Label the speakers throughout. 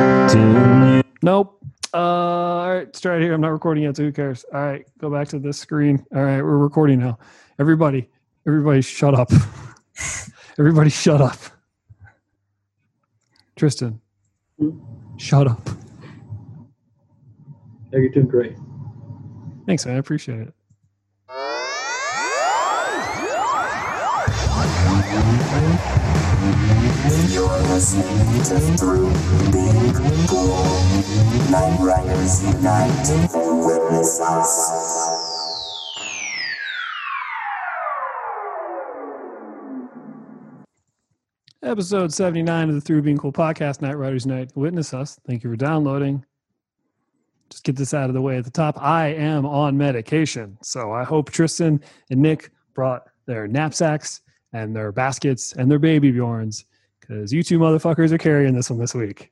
Speaker 1: Continue.
Speaker 2: Nope. Uh, all right, start here. I'm not recording yet, so who cares? All right, go back to this screen. All right, we're recording now. Everybody, everybody, shut up. everybody, shut up. Tristan,
Speaker 3: Hmm?
Speaker 2: shut up.
Speaker 3: Yeah, you're doing great.
Speaker 2: Thanks, man. I appreciate it.
Speaker 4: You're listening to Through Big Blue. Night Riders Unite. Witness us.
Speaker 2: Episode 79 of the Through Being Cool podcast, Night Riders Night. Witness us. Thank you for downloading. Just get this out of the way at the top. I am on medication. So I hope Tristan and Nick brought their knapsacks and their baskets and their baby Bjorns because you two motherfuckers are carrying this one this week.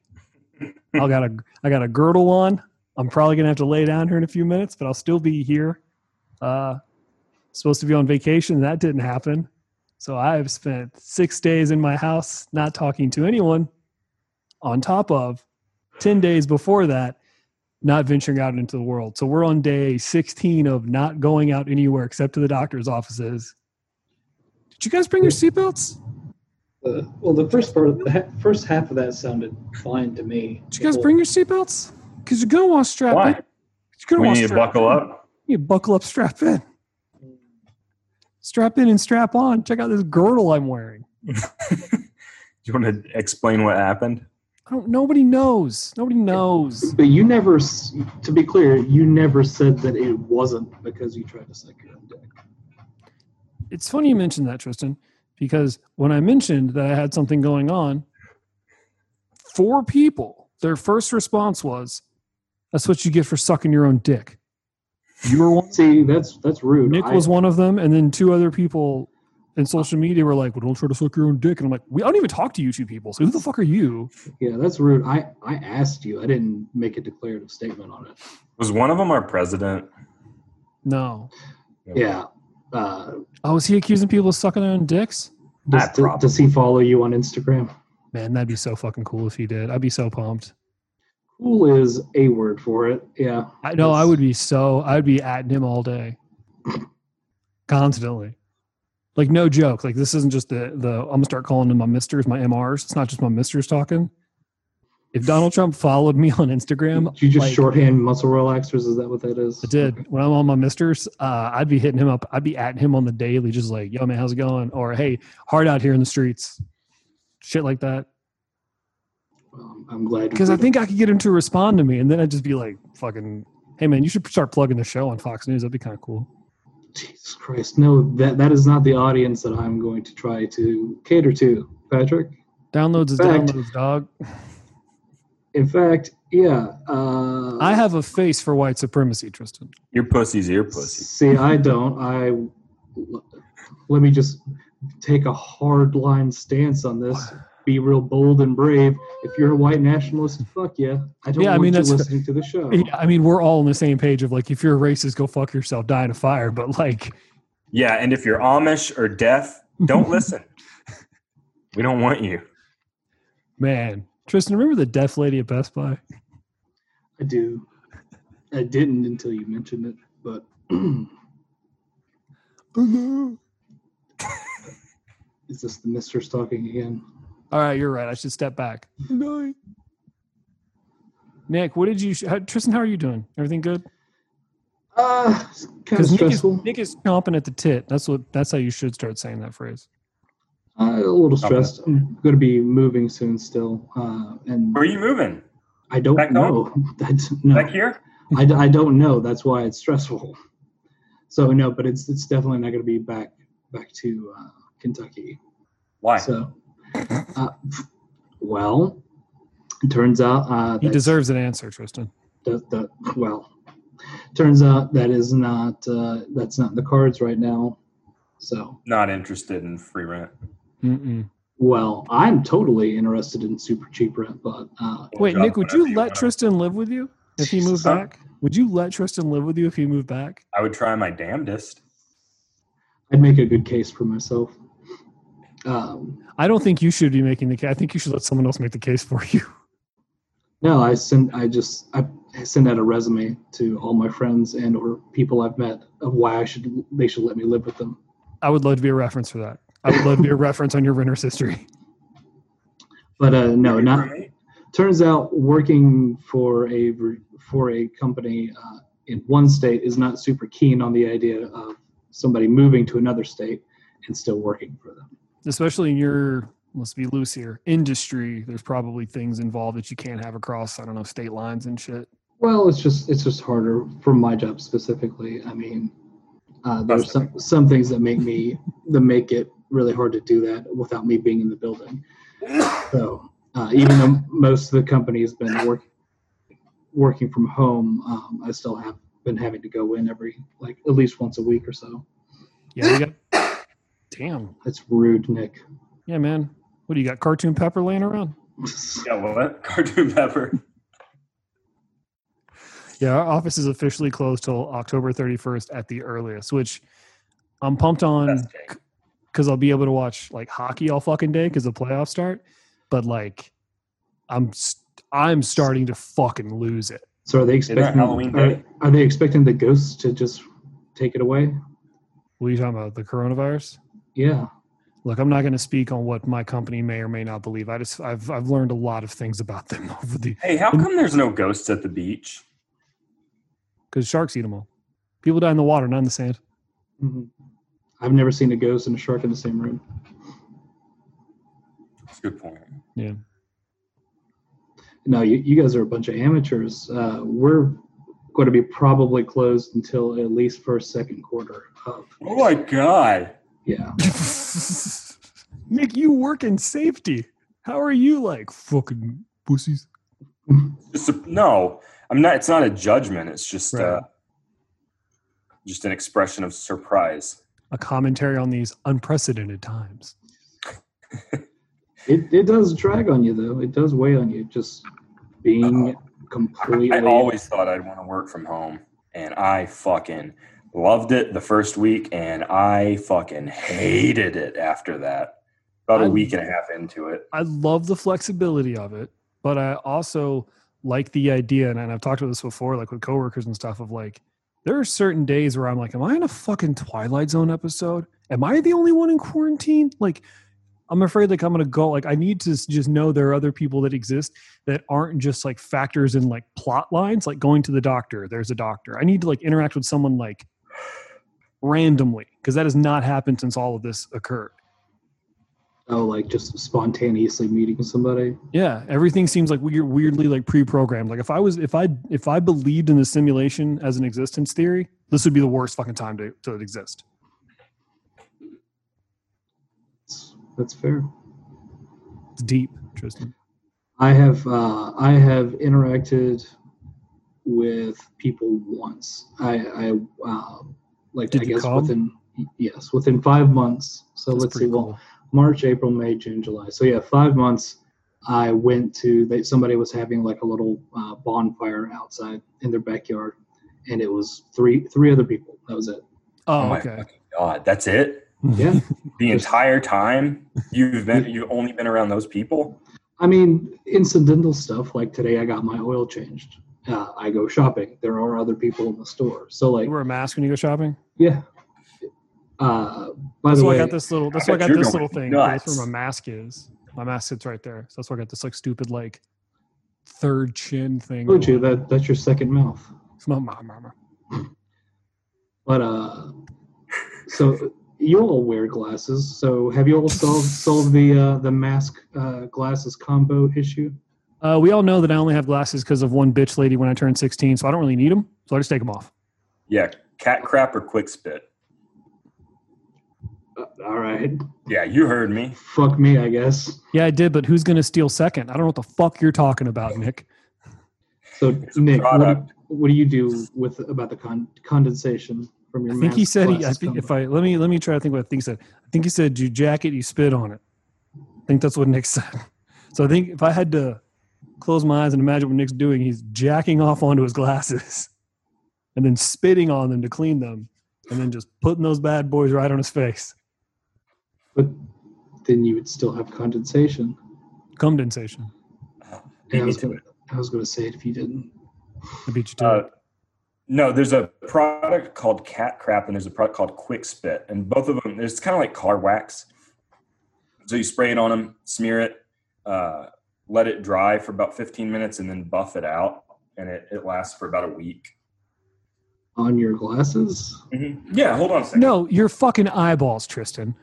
Speaker 2: I got a I got a girdle on. I'm probably gonna have to lay down here in a few minutes, but I'll still be here. Uh, supposed to be on vacation. That didn't happen. So I've spent six days in my house not talking to anyone, on top of 10 days before that, not venturing out into the world. So we're on day 16 of not going out anywhere except to the doctor's offices. Did you guys bring your seatbelts?
Speaker 3: Uh, well, the first part, of the first half of that sounded fine to me.
Speaker 2: Did you guys bring your seatbelts? Because you're going to want to strap in.
Speaker 1: Why?
Speaker 2: You're gonna
Speaker 1: We
Speaker 2: want
Speaker 1: need to
Speaker 2: strap
Speaker 1: buckle
Speaker 2: in.
Speaker 1: up.
Speaker 2: You buckle up, strap in. Strap in and strap on. Check out this girdle I'm wearing.
Speaker 1: Do you want to explain what happened?
Speaker 2: I don't, nobody knows. Nobody knows.
Speaker 3: But you never, s- to be clear, you never said that it wasn't because you tried to suck your own dick.
Speaker 2: it's funny you mentioned that, Tristan, because when I mentioned that I had something going on, four people, their first response was, That's what you get for sucking your own dick. You were one,
Speaker 3: See, that's that's rude.
Speaker 2: Nick
Speaker 3: I-
Speaker 2: was one of them, and then two other people in social media were like, Well, don't try to suck your own dick. And I'm like, We I don't even talk to you two people, so who the fuck are you?
Speaker 3: Yeah, that's rude. I I asked you. I didn't make a declarative statement on it.
Speaker 1: Was one of them our president?
Speaker 2: No.
Speaker 3: Yeah. Uh,
Speaker 2: Oh, is he accusing people of sucking their own dicks?
Speaker 3: does,
Speaker 1: Ah, probably.
Speaker 3: does he follow you on Instagram?
Speaker 2: Man, that'd be so fucking cool if he did. I'd be so pumped.
Speaker 3: Cool is a word for it. Yeah.
Speaker 2: I know I
Speaker 3: Yes.
Speaker 2: would be so I'd be at him all day. Constantly. Like no joke. Like this isn't just the the I'm gonna start calling them my misters, my MRs. It's not just my misters talking. If Donald Trump followed me on Instagram,
Speaker 3: Did you just
Speaker 2: like,
Speaker 3: shorthand muscle relaxers? Is that what that is?
Speaker 2: I did. When I'm on my misters, uh, I'd be hitting him up. I'd be at him on the daily, just like, yo man, how's it going? Or hey, hard out here in the streets. Shit like that.
Speaker 3: Well, I'm glad. you
Speaker 2: because I
Speaker 3: did.
Speaker 2: think I could get him to respond to me, and then I'd just be like, "Fucking, hey man, you should start plugging the show on Fox News. That'd be kind of cool."
Speaker 3: Jesus Christ, no, that that is not the audience that I'm going to try to cater to, Patrick.
Speaker 2: Downloads is
Speaker 3: Fact.
Speaker 2: downloads, dog.
Speaker 3: In fact, yeah. Uh,
Speaker 2: I have a face for white supremacy, Tristan.
Speaker 1: Your pussy's your pussy.
Speaker 3: See, I don't. I let me just take a hard line stance on this. Be real bold and brave. If you're a white nationalist, fuck yeah. I don't
Speaker 2: Yeah, I
Speaker 3: want
Speaker 2: mean,
Speaker 3: you
Speaker 2: that's-
Speaker 3: listening to the show.
Speaker 2: Yeah, I mean, we're all on the same page of like, if you're a racist, go fuck yourself, die in a fire. But like,
Speaker 1: Yeah, and if you're Amish or deaf, don't listen. We don't want you.
Speaker 2: man, Tristan, remember the deaf lady at Best Buy?
Speaker 3: I do. I didn't until you mentioned it, but Uh-huh. is this the mistress talking again?
Speaker 2: All right, you're right. I should step back. Nick, what did you? Sh- how, Tristan, how are you doing? Everything good?
Speaker 3: Uh, kind of
Speaker 2: Because Nick is,
Speaker 3: stressful.
Speaker 2: Nick is chomping at the tit. That's what. That's how you should start saying that phrase.
Speaker 3: Uh, a little
Speaker 1: Stop
Speaker 3: stressed. I'm going to be moving soon still, uh, and
Speaker 1: Where are you moving?
Speaker 3: I don't
Speaker 1: back
Speaker 3: know. That's no,
Speaker 1: Back here?
Speaker 3: I, d- I don't know. That's why it's stressful. So no, but it's it's definitely not going to be back back to uh, Kentucky.
Speaker 1: Why?
Speaker 3: So, uh, well, it turns out uh,
Speaker 2: He
Speaker 3: that-
Speaker 2: deserves an answer, Tristan.
Speaker 3: that, that well, turns out that is not uh, that's not in the cards right now. So
Speaker 1: Not interested in free rent.
Speaker 2: Mm-mm.
Speaker 3: well, I'm totally interested in super cheap rent, but uh,
Speaker 2: Wait,
Speaker 1: Drop
Speaker 2: Nick, would
Speaker 1: whatever
Speaker 2: you let
Speaker 1: want.
Speaker 2: Tristan live with you if he moved
Speaker 1: Huh?
Speaker 2: back? Would you let Tristan live with you if he moved back?
Speaker 1: I would try my damnedest.
Speaker 3: I'd make a good case for myself. Um,
Speaker 2: I don't think you should be making the case. I think you should let someone else make the case for you.
Speaker 3: No, I send. I just I send out a resume to all my friends and or people I've met of why I should they should let me live with them.
Speaker 2: I would love to be a reference for that. I would love to be a reference on your renter's history.
Speaker 3: But uh, no,
Speaker 1: Your
Speaker 3: not.
Speaker 1: roommate?
Speaker 3: Turns out working for a re- for a company uh, in one state is not super keen on the idea of somebody moving to another state and still working for them.
Speaker 2: especially in your let's be loose here industry there's probably things involved that you can't have across i don't know state lines and shit
Speaker 3: Well, it's just it's just harder for my job specifically. I mean, uh, there's
Speaker 1: That's
Speaker 3: some some things that make me that make it really hard to do that without me being in the building. So uh, even though most of the company has been work, working from home, um, I still have been having to go in every like at least once a week or so.
Speaker 2: yeah you got damn
Speaker 3: That's rude, Nick.
Speaker 2: yeah man what do you got cartoon pepper laying around
Speaker 1: Yeah, what? Cartoon Pepper.
Speaker 2: yeah our office is officially closed till october 31st at the earliest which i'm pumped on
Speaker 1: Best day.
Speaker 2: because i'll be able to watch like hockey all fucking day because the playoffs start but like i'm st- i'm starting to fucking lose it
Speaker 3: So are they expecting
Speaker 1: Halloween
Speaker 3: are,
Speaker 1: day?
Speaker 3: are they expecting the ghosts to just take it away?
Speaker 2: what are you talking about the coronavirus
Speaker 3: Yeah.
Speaker 2: Look, I'm not going to speak on what my company may or may not believe. I just I've I've learned a lot of things about them over the
Speaker 1: Hey, how come there's no ghosts at the beach?
Speaker 2: because sharks eat them all. People die in the water, not in the sand.
Speaker 3: Mhm. I've never seen a ghost and a shark in the same room.
Speaker 1: That's a good point.
Speaker 3: No, you, you guys are a bunch of amateurs. Uh, we're going to be probably closed until at least first second quarter of
Speaker 1: Oh my god.
Speaker 3: yeah.
Speaker 2: Nick, you work in safety. How are you like fucking pussies?
Speaker 1: It's a, no, I'm not. It's not a judgment. It's just uh,
Speaker 2: Right.
Speaker 1: just an expression of surprise.
Speaker 2: A commentary on these unprecedented times.
Speaker 3: It it does drag on you though. It does weigh on you. Just being completely.
Speaker 1: I always thought I'd want to work from home, and I fucking loved it the first week, and I fucking hated it after that. About a
Speaker 2: I-
Speaker 1: week and a half into it,
Speaker 2: I love the flexibility of it, but I also like the idea, and, and I've talked about this before, like with coworkers and stuff, of like there are certain days where I'm like, Am I in a fucking Twilight Zone episode? Am I the only one in quarantine? Like I'm afraid like I'm gonna go like I need to s- just know there are other people that exist that aren't just like factors in like plot lines, like going to the doctor, there's a doctor. I need to like interact with someone like randomly, because that has not happened since all of this occurred.
Speaker 3: oh like just spontaneously meeting somebody.
Speaker 2: Yeah, everything seems like weird, weirdly like pre-programmed. Like if I was, if I, if I believed in the simulation as an existence theory, this would be the worst fucking time to, to exist.
Speaker 3: That's, that's fair.
Speaker 2: It's deep, Tristan.
Speaker 3: I have uh, I have interacted with people once. I, I uh, like
Speaker 2: Did
Speaker 3: I
Speaker 2: you
Speaker 3: guess
Speaker 2: call?
Speaker 3: within yes within five months. So
Speaker 2: That's
Speaker 3: let's see.
Speaker 2: pretty
Speaker 3: Well, March, April, May, June, July. So yeah, five months. I went to they, somebody was having like a little uh, bonfire outside in their backyard, and it was three three other people. That was it.
Speaker 2: Oh,
Speaker 1: my
Speaker 2: okay.
Speaker 1: fucking god, that's it.
Speaker 3: Yeah.
Speaker 1: The
Speaker 3: Just-
Speaker 1: entire time you've been, you've only been around those people.
Speaker 3: I mean, incidental stuff like today I got my oil changed. Uh, I go shopping. There are other people in the store. So like
Speaker 2: You wear a mask when you go shopping.
Speaker 3: yeah. Uh, by
Speaker 2: That's
Speaker 3: the
Speaker 2: why
Speaker 3: way,
Speaker 2: I got this little. That's
Speaker 1: I
Speaker 2: why I
Speaker 1: bet
Speaker 2: got
Speaker 1: you're
Speaker 2: this
Speaker 1: going
Speaker 2: little thing. 'cause That's where
Speaker 1: nuts.
Speaker 2: my mask is. My mask sits right there. So that's why I got this like stupid like third chin thing.
Speaker 3: told you that that's your second mouth.
Speaker 2: It's my my- my- my-
Speaker 3: But uh, so you all wear glasses. So have you all solved solved the uh, the mask uh, glasses combo issue?
Speaker 2: Uh, we all know that I only have glasses because of one bitch lady when I turned 16, so I don't really need them. So I just take them off.
Speaker 1: Yeah, cat crap or quick spit.
Speaker 3: Uh, all right,
Speaker 1: Yeah, you heard me.
Speaker 3: fuck me, I guess.
Speaker 2: Yeah, I did, but who's going to steal second? I don't know what the fuck you're talking about, Nick.
Speaker 3: So
Speaker 1: It's a
Speaker 3: Nick, what do,
Speaker 1: product.
Speaker 3: what do you do with about the con- condensation from your?
Speaker 2: I think he
Speaker 3: mask
Speaker 2: said he, I
Speaker 3: glasses
Speaker 2: think if
Speaker 3: combo?
Speaker 2: I let me let me try to think what I think he said. I think he said you jacket, you spit on it. I think that's what Nick said. So I think if I had to close my eyes and imagine what Nick's doing, he's jacking off onto his glasses and then spitting on them to clean them and then just putting those bad boys right on his face.
Speaker 3: then you would still have condensation.
Speaker 2: Condensation.
Speaker 1: Beat
Speaker 3: And I
Speaker 1: me
Speaker 3: was
Speaker 1: to
Speaker 3: gonna, I was going to say it if you didn't.
Speaker 2: I beat you to
Speaker 1: Uh,
Speaker 2: it.
Speaker 1: no, there's a product called Cat Crap and there's a product called Quick Spit, and both of them it's kind of like car wax. So you spray it on them, smear it, uh, let it dry for about 15 minutes, and then buff it out, and it, it lasts for about a week.
Speaker 3: On your glasses?
Speaker 1: Yeah, hold on a second.
Speaker 2: No, your fucking eyeballs, Tristan.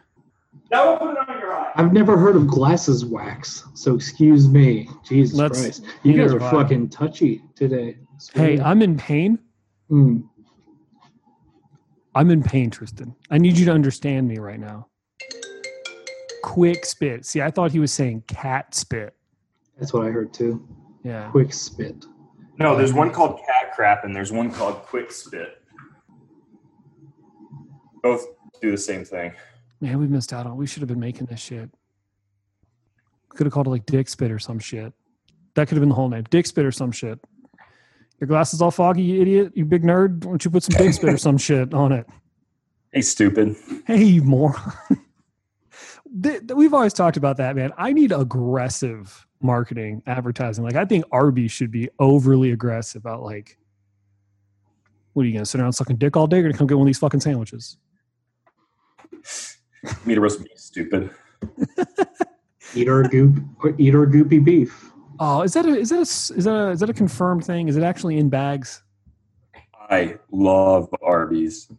Speaker 1: that will put it on your eye.
Speaker 3: I've never heard of glasses wax, so excuse me. Jesus
Speaker 2: Let's-
Speaker 3: Christ. You guys
Speaker 2: neither
Speaker 3: are
Speaker 2: have I.
Speaker 3: fucking touchy today.
Speaker 2: Hey, I'm in pain.
Speaker 3: Hmm.
Speaker 2: I'm in pain, Tristan. I need you to understand me right now. Quick spit. See, I thought he was saying cat spit.
Speaker 3: that's what I heard too.
Speaker 2: Yeah.
Speaker 3: Quick spit.
Speaker 1: No, there's one called Cat Crap and there's one called Quick Spit. Both do the same thing.
Speaker 2: Man, we missed out on. We should have been making this shit. Could have called it like Dick Spit or some shit. That could have been the whole name. Dick Spit or some shit. Your glasses all foggy, you idiot. You big nerd. Why don't you put some Dick Spit or some shit on it?
Speaker 1: Hey, stupid.
Speaker 2: Hey, you moron. Th- th- We've always talked about that, man. I need aggressive marketing, advertising. Like, I think Arby's should be overly aggressive about, like, what are you going to sit around sucking dick all day or gonna come get one of these fucking sandwiches?
Speaker 1: Meet a roast beef, stupid.
Speaker 3: Eat our goop or eat our goopy beef.
Speaker 2: Oh, is that a is that a s- is that a, is that a confirmed thing? Is it actually in bags?
Speaker 1: I love Arby's.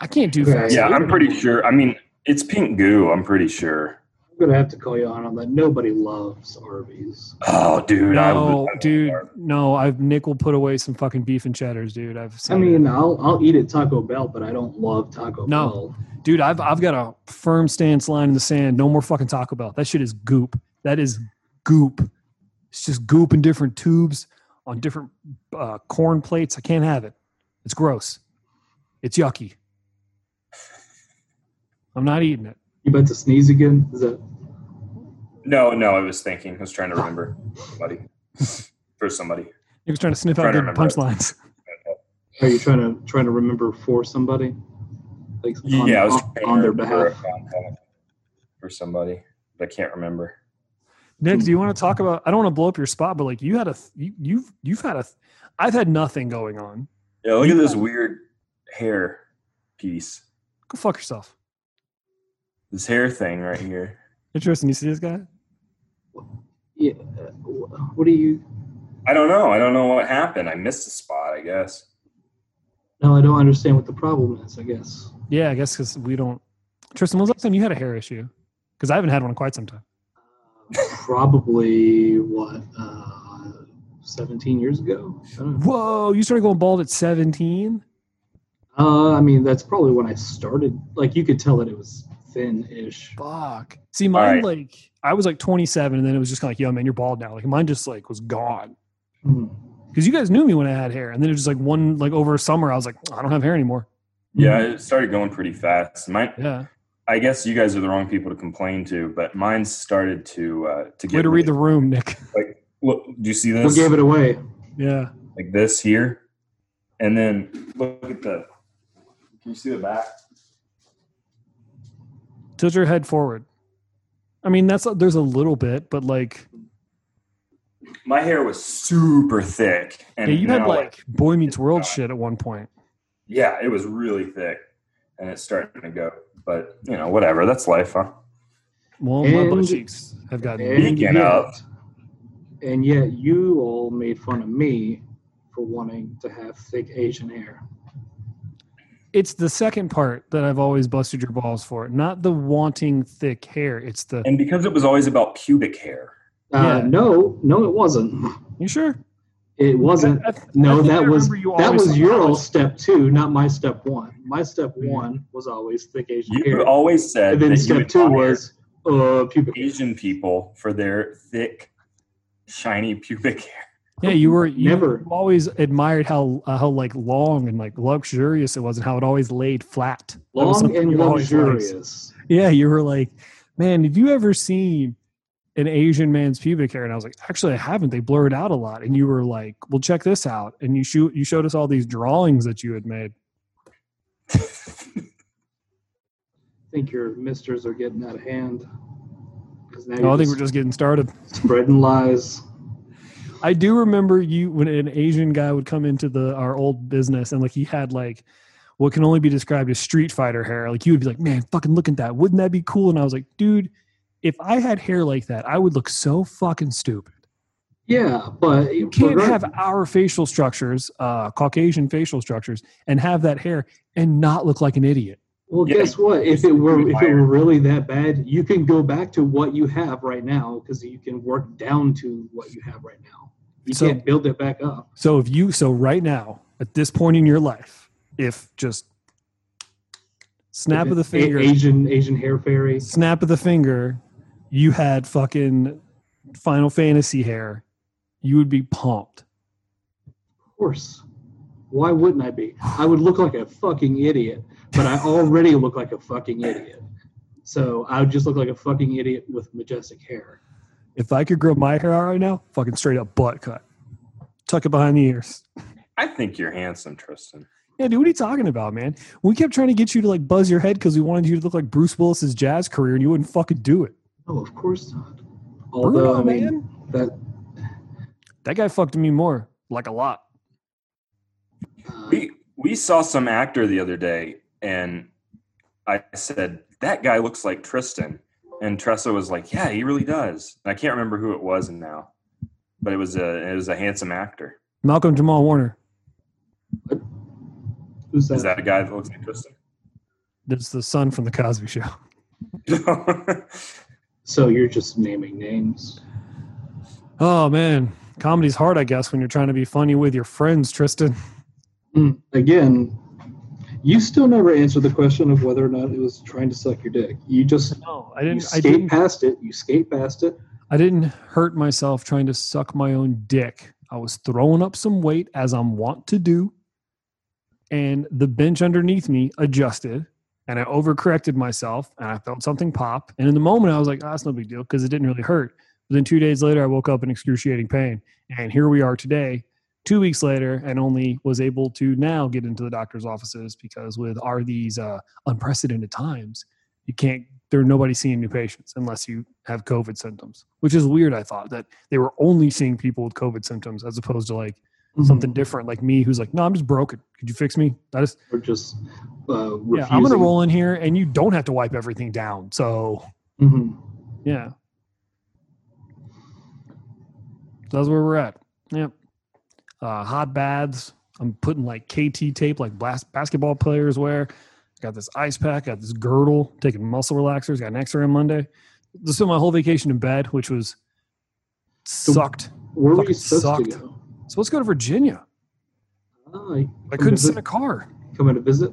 Speaker 2: I can't do
Speaker 3: Okay.
Speaker 2: fast.
Speaker 1: Yeah,
Speaker 2: food
Speaker 1: I'm pretty
Speaker 2: anymore.
Speaker 1: sure. I mean, it's pink goo. I'm pretty sure.
Speaker 3: I'm gonna have to call you on on that. Nobody loves Arby's.
Speaker 1: Oh, dude, I
Speaker 2: No,
Speaker 1: would- I would
Speaker 2: dude,
Speaker 1: starve.
Speaker 2: no. I've Nick will put away some fucking beef and cheddars, dude. I've seen.
Speaker 3: I mean, I'll I'll eat at Taco Bell, but I don't love Taco
Speaker 2: No.
Speaker 3: Bell.
Speaker 2: it. dude, I've I've got a firm stance line in the sand. No more fucking Taco Bell. That shit is goop. That is goop. It's just goop in different tubes on different uh, corn plates. I can't have it. It's gross. It's yucky. I'm not eating it.
Speaker 3: You about to sneeze again? Is that
Speaker 1: No, no, I was thinking. I was trying to remember somebody for somebody.
Speaker 2: He was trying to sniff
Speaker 1: Try
Speaker 2: out
Speaker 1: to
Speaker 2: good
Speaker 1: remember it.
Speaker 2: punchlines.
Speaker 3: are you trying to trying to remember for somebody? Like on,
Speaker 1: yeah, I was
Speaker 3: on,
Speaker 1: trying
Speaker 3: on
Speaker 1: to
Speaker 3: their
Speaker 1: remember
Speaker 3: behalf.
Speaker 1: on them for somebody, but I can't remember.
Speaker 2: Nick, do you want to talk about? I don't want to blow up your spot, but like you had a, th- you, you've you've had a, th- I've had nothing going on.
Speaker 1: Yeah, look at this weird hair piece.
Speaker 2: Go fuck yourself,
Speaker 1: This hair thing right here.
Speaker 2: interesting. You see this guy?
Speaker 3: Yeah. uh, wh- What do you?
Speaker 1: I don't know. I don't know what happened. I missed a spot, I guess.
Speaker 3: No, I don't understand what the problem is. I guess
Speaker 2: Yeah, I guess because we don't. Tristan, when was the last time you had a hair issue? Because I haven't had one in quite some time.
Speaker 3: probably what uh, seventeen years ago. I don't know.
Speaker 2: Whoa, you started going bald at seventeen.
Speaker 3: Uh, I mean, that's probably when I started. Like, you could tell that it was thin-ish.
Speaker 2: Fuck. See, mine
Speaker 1: right.
Speaker 2: like I was like twenty seven, and then it was just kind of like, yo, man, you're bald now. Like mine just like was gone.
Speaker 3: Hmm.
Speaker 2: Because you guys knew me when I had hair, and then it was just like one like over summer, I was like, I don't have hair anymore.
Speaker 1: Yeah,
Speaker 3: Hmm.
Speaker 1: it started going pretty fast. Mine,
Speaker 2: Yeah,
Speaker 1: I guess you guys are the wrong people to complain to, but mine started to uh, to get.
Speaker 2: way to read the room, Nick.
Speaker 1: Look, do you see
Speaker 3: What
Speaker 1: this?
Speaker 3: gave it away?
Speaker 2: Yeah.
Speaker 1: like this here, and then look at the. Can you see the back?
Speaker 2: tilt your head forward. I mean, that's there's a little bit, but like,
Speaker 1: My hair was super thick,
Speaker 2: yeah,
Speaker 1: and
Speaker 2: you had
Speaker 1: now,
Speaker 2: like Boy Meets World
Speaker 1: not.
Speaker 2: shit at one point.
Speaker 1: yeah, it was really thick, and it's starting to go. But you know, whatever. That's life, huh?
Speaker 2: Well, my butt
Speaker 3: And-
Speaker 2: cheeks have gotten.
Speaker 3: And
Speaker 1: Speaking of-
Speaker 3: and yet you all made fun of me for wanting to have thick Asian hair.
Speaker 2: It's the second part that I've always busted your balls for, not the wanting thick hair. It's the
Speaker 1: And because it was always about pubic hair,
Speaker 3: Uh,
Speaker 2: Yeah.
Speaker 3: No, no, it wasn't.
Speaker 2: you sure?
Speaker 3: It wasn't.
Speaker 2: I- I th- I
Speaker 3: No,
Speaker 2: think I
Speaker 3: that was
Speaker 2: remember you
Speaker 3: that
Speaker 2: always-
Speaker 3: was your old step two, not my step one. My step one was always thick Asian
Speaker 1: you
Speaker 3: hair.
Speaker 1: always said
Speaker 3: And then
Speaker 1: that you
Speaker 3: step two
Speaker 1: admire
Speaker 3: was uh, pubic. hair.
Speaker 1: Asian people for their thick, shiny pubic hair.
Speaker 2: Yeah, you were. You
Speaker 3: Never.
Speaker 2: always admired how uh, how like long and like luxurious it was, and how it always laid flat. That was
Speaker 3: Long
Speaker 2: something
Speaker 3: and
Speaker 2: you always liked.
Speaker 3: luxurious.
Speaker 2: Yeah, you were like, man, have you ever seen an Asian man's pubic hair? And I was like, actually, I haven't. They blur it out a lot. And you were like, well, check this out. And you shoot, you showed us all these drawings that you had made.
Speaker 3: I think your misters are getting out of hand. Because now
Speaker 2: No, I
Speaker 3: you're
Speaker 2: think
Speaker 3: just
Speaker 2: we're just getting started.
Speaker 3: spreading lies.
Speaker 2: I do remember you when an Asian guy would come into the our old business and like he had like what can only be described as Street Fighter hair. Like you would be like, man, fucking look at that. Wouldn't that be cool? And I was like, dude, if I had hair like that, I would look so fucking stupid.
Speaker 3: Yeah, but
Speaker 2: You can't have our facial structures, uh, Caucasian facial structures, and have that hair and not look like an idiot.
Speaker 3: Well,
Speaker 1: Yeah.
Speaker 3: guess what? If it were if it were really that bad, you can go back to what you have right now because you can work down to what you have right now. You
Speaker 2: So-
Speaker 3: can't build it back up.
Speaker 2: So if you so right now at this point in your life, if just snap of the
Speaker 3: A-
Speaker 2: finger,
Speaker 3: Asian Asian hair fairy.
Speaker 2: snap of the finger, you had fucking Final Fantasy hair, you would be pumped.
Speaker 3: Of course. Why wouldn't I be? I would look like a fucking idiot, but I already look like a fucking idiot. So I would just look like a fucking idiot with majestic hair.
Speaker 2: If I could grow my hair out right now, fucking straight up butt cut, tuck it behind the ears.
Speaker 1: I think you're handsome, Tristan.
Speaker 2: Yeah, dude, what are you talking about, man? We kept trying to get you to like buzz your head because we wanted you to look like Bruce Willis's jazz career, and you wouldn't fucking do it.
Speaker 3: Oh, of course not.
Speaker 2: Bruno,
Speaker 3: Although I mean
Speaker 2: man,
Speaker 3: that
Speaker 2: that guy fucked me more, like a lot.
Speaker 3: uh,
Speaker 1: We we saw some actor the other day, and I said that guy looks like Tristan, and Tressa was like, "Yeah, he really does." And I can't remember who it was now, but it was a it was a handsome actor.
Speaker 2: Malcolm Jamal Warner.
Speaker 3: who's
Speaker 1: Is
Speaker 3: that?
Speaker 1: that a guy that looks like Tristan?
Speaker 2: That's the son from the Cosby Show.
Speaker 3: So you're just naming names.
Speaker 2: Oh man, comedy's hard, I guess, when you're trying to be funny with your friends, Tristan.
Speaker 3: Hmm, Again, you still never answered the question of whether or not it was trying to suck your dick. You just
Speaker 2: No, I
Speaker 3: you
Speaker 2: didn't. I
Speaker 3: skate
Speaker 2: didn't.
Speaker 3: past it. You skate past it.
Speaker 2: I didn't hurt myself trying to suck my own dick. I was throwing up some weight as I'm wont to do, and the bench underneath me adjusted, and I overcorrected myself, and I felt something pop. And in the moment, I was like, "Ah, it's no big deal," because it didn't really hurt. But then two days later, I woke up in excruciating pain, and here we are today, two weeks later, and only was able to now get into the doctor's offices because with are these uh, unprecedented times, you can't there nobody seeing new patients unless you have COVID symptoms, which is weird. I thought that they were only seeing people with COVID symptoms as opposed to like
Speaker 3: Mm-hmm.
Speaker 2: something different, like me, who's like, no, I'm just broken. Could you fix me? I just,
Speaker 3: or just uh, refusing.
Speaker 2: yeah, I'm gonna roll in here, and you don't have to wipe everything down. So
Speaker 3: Mhm.
Speaker 2: yeah, that's where we're at. Yep. Uh, hot baths. I'm putting like KT tape, like blast basketball players wear. Got this ice pack. Got this girdle. Taking muscle relaxers. Got an X-ray on Monday. Just spent my whole vacation in bed, which was sucked.
Speaker 3: Where were
Speaker 2: Fucking
Speaker 3: you supposed
Speaker 2: sucked.
Speaker 3: to go?
Speaker 2: So let's go to Virginia.
Speaker 3: Ah, you
Speaker 2: I
Speaker 3: come
Speaker 2: couldn't
Speaker 3: to
Speaker 2: sit in a
Speaker 3: vi-
Speaker 2: car.
Speaker 3: Coming to visit?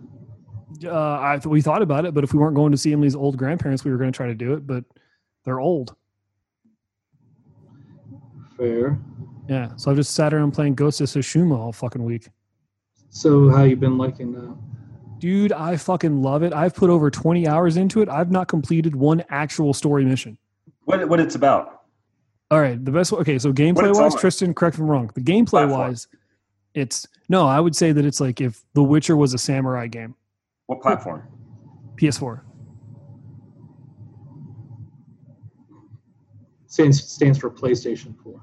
Speaker 2: Uh, I th- we thought about it, but if we weren't going to see Emily's old grandparents, we were going to try to do it. But they're old.
Speaker 3: Fair.
Speaker 2: Yeah. So I've just sat around playing Ghost of Tsushima all fucking week.
Speaker 3: So how you been liking uh, that?
Speaker 2: Dude, I fucking love it. I've put over 20 hours into it. I've not completed one actual story mission.
Speaker 1: what what it's about?
Speaker 2: All right. The best Okay. So
Speaker 1: What
Speaker 2: gameplay
Speaker 1: it's
Speaker 2: wise,
Speaker 1: on.
Speaker 2: Tristan, correct me if I'm wrong. The gameplay
Speaker 1: Platform.
Speaker 2: wise, it's no, I would say that it's like if The Witcher was a samurai game,
Speaker 1: What platform?
Speaker 2: PS4.
Speaker 3: Stands stands for PlayStation Four.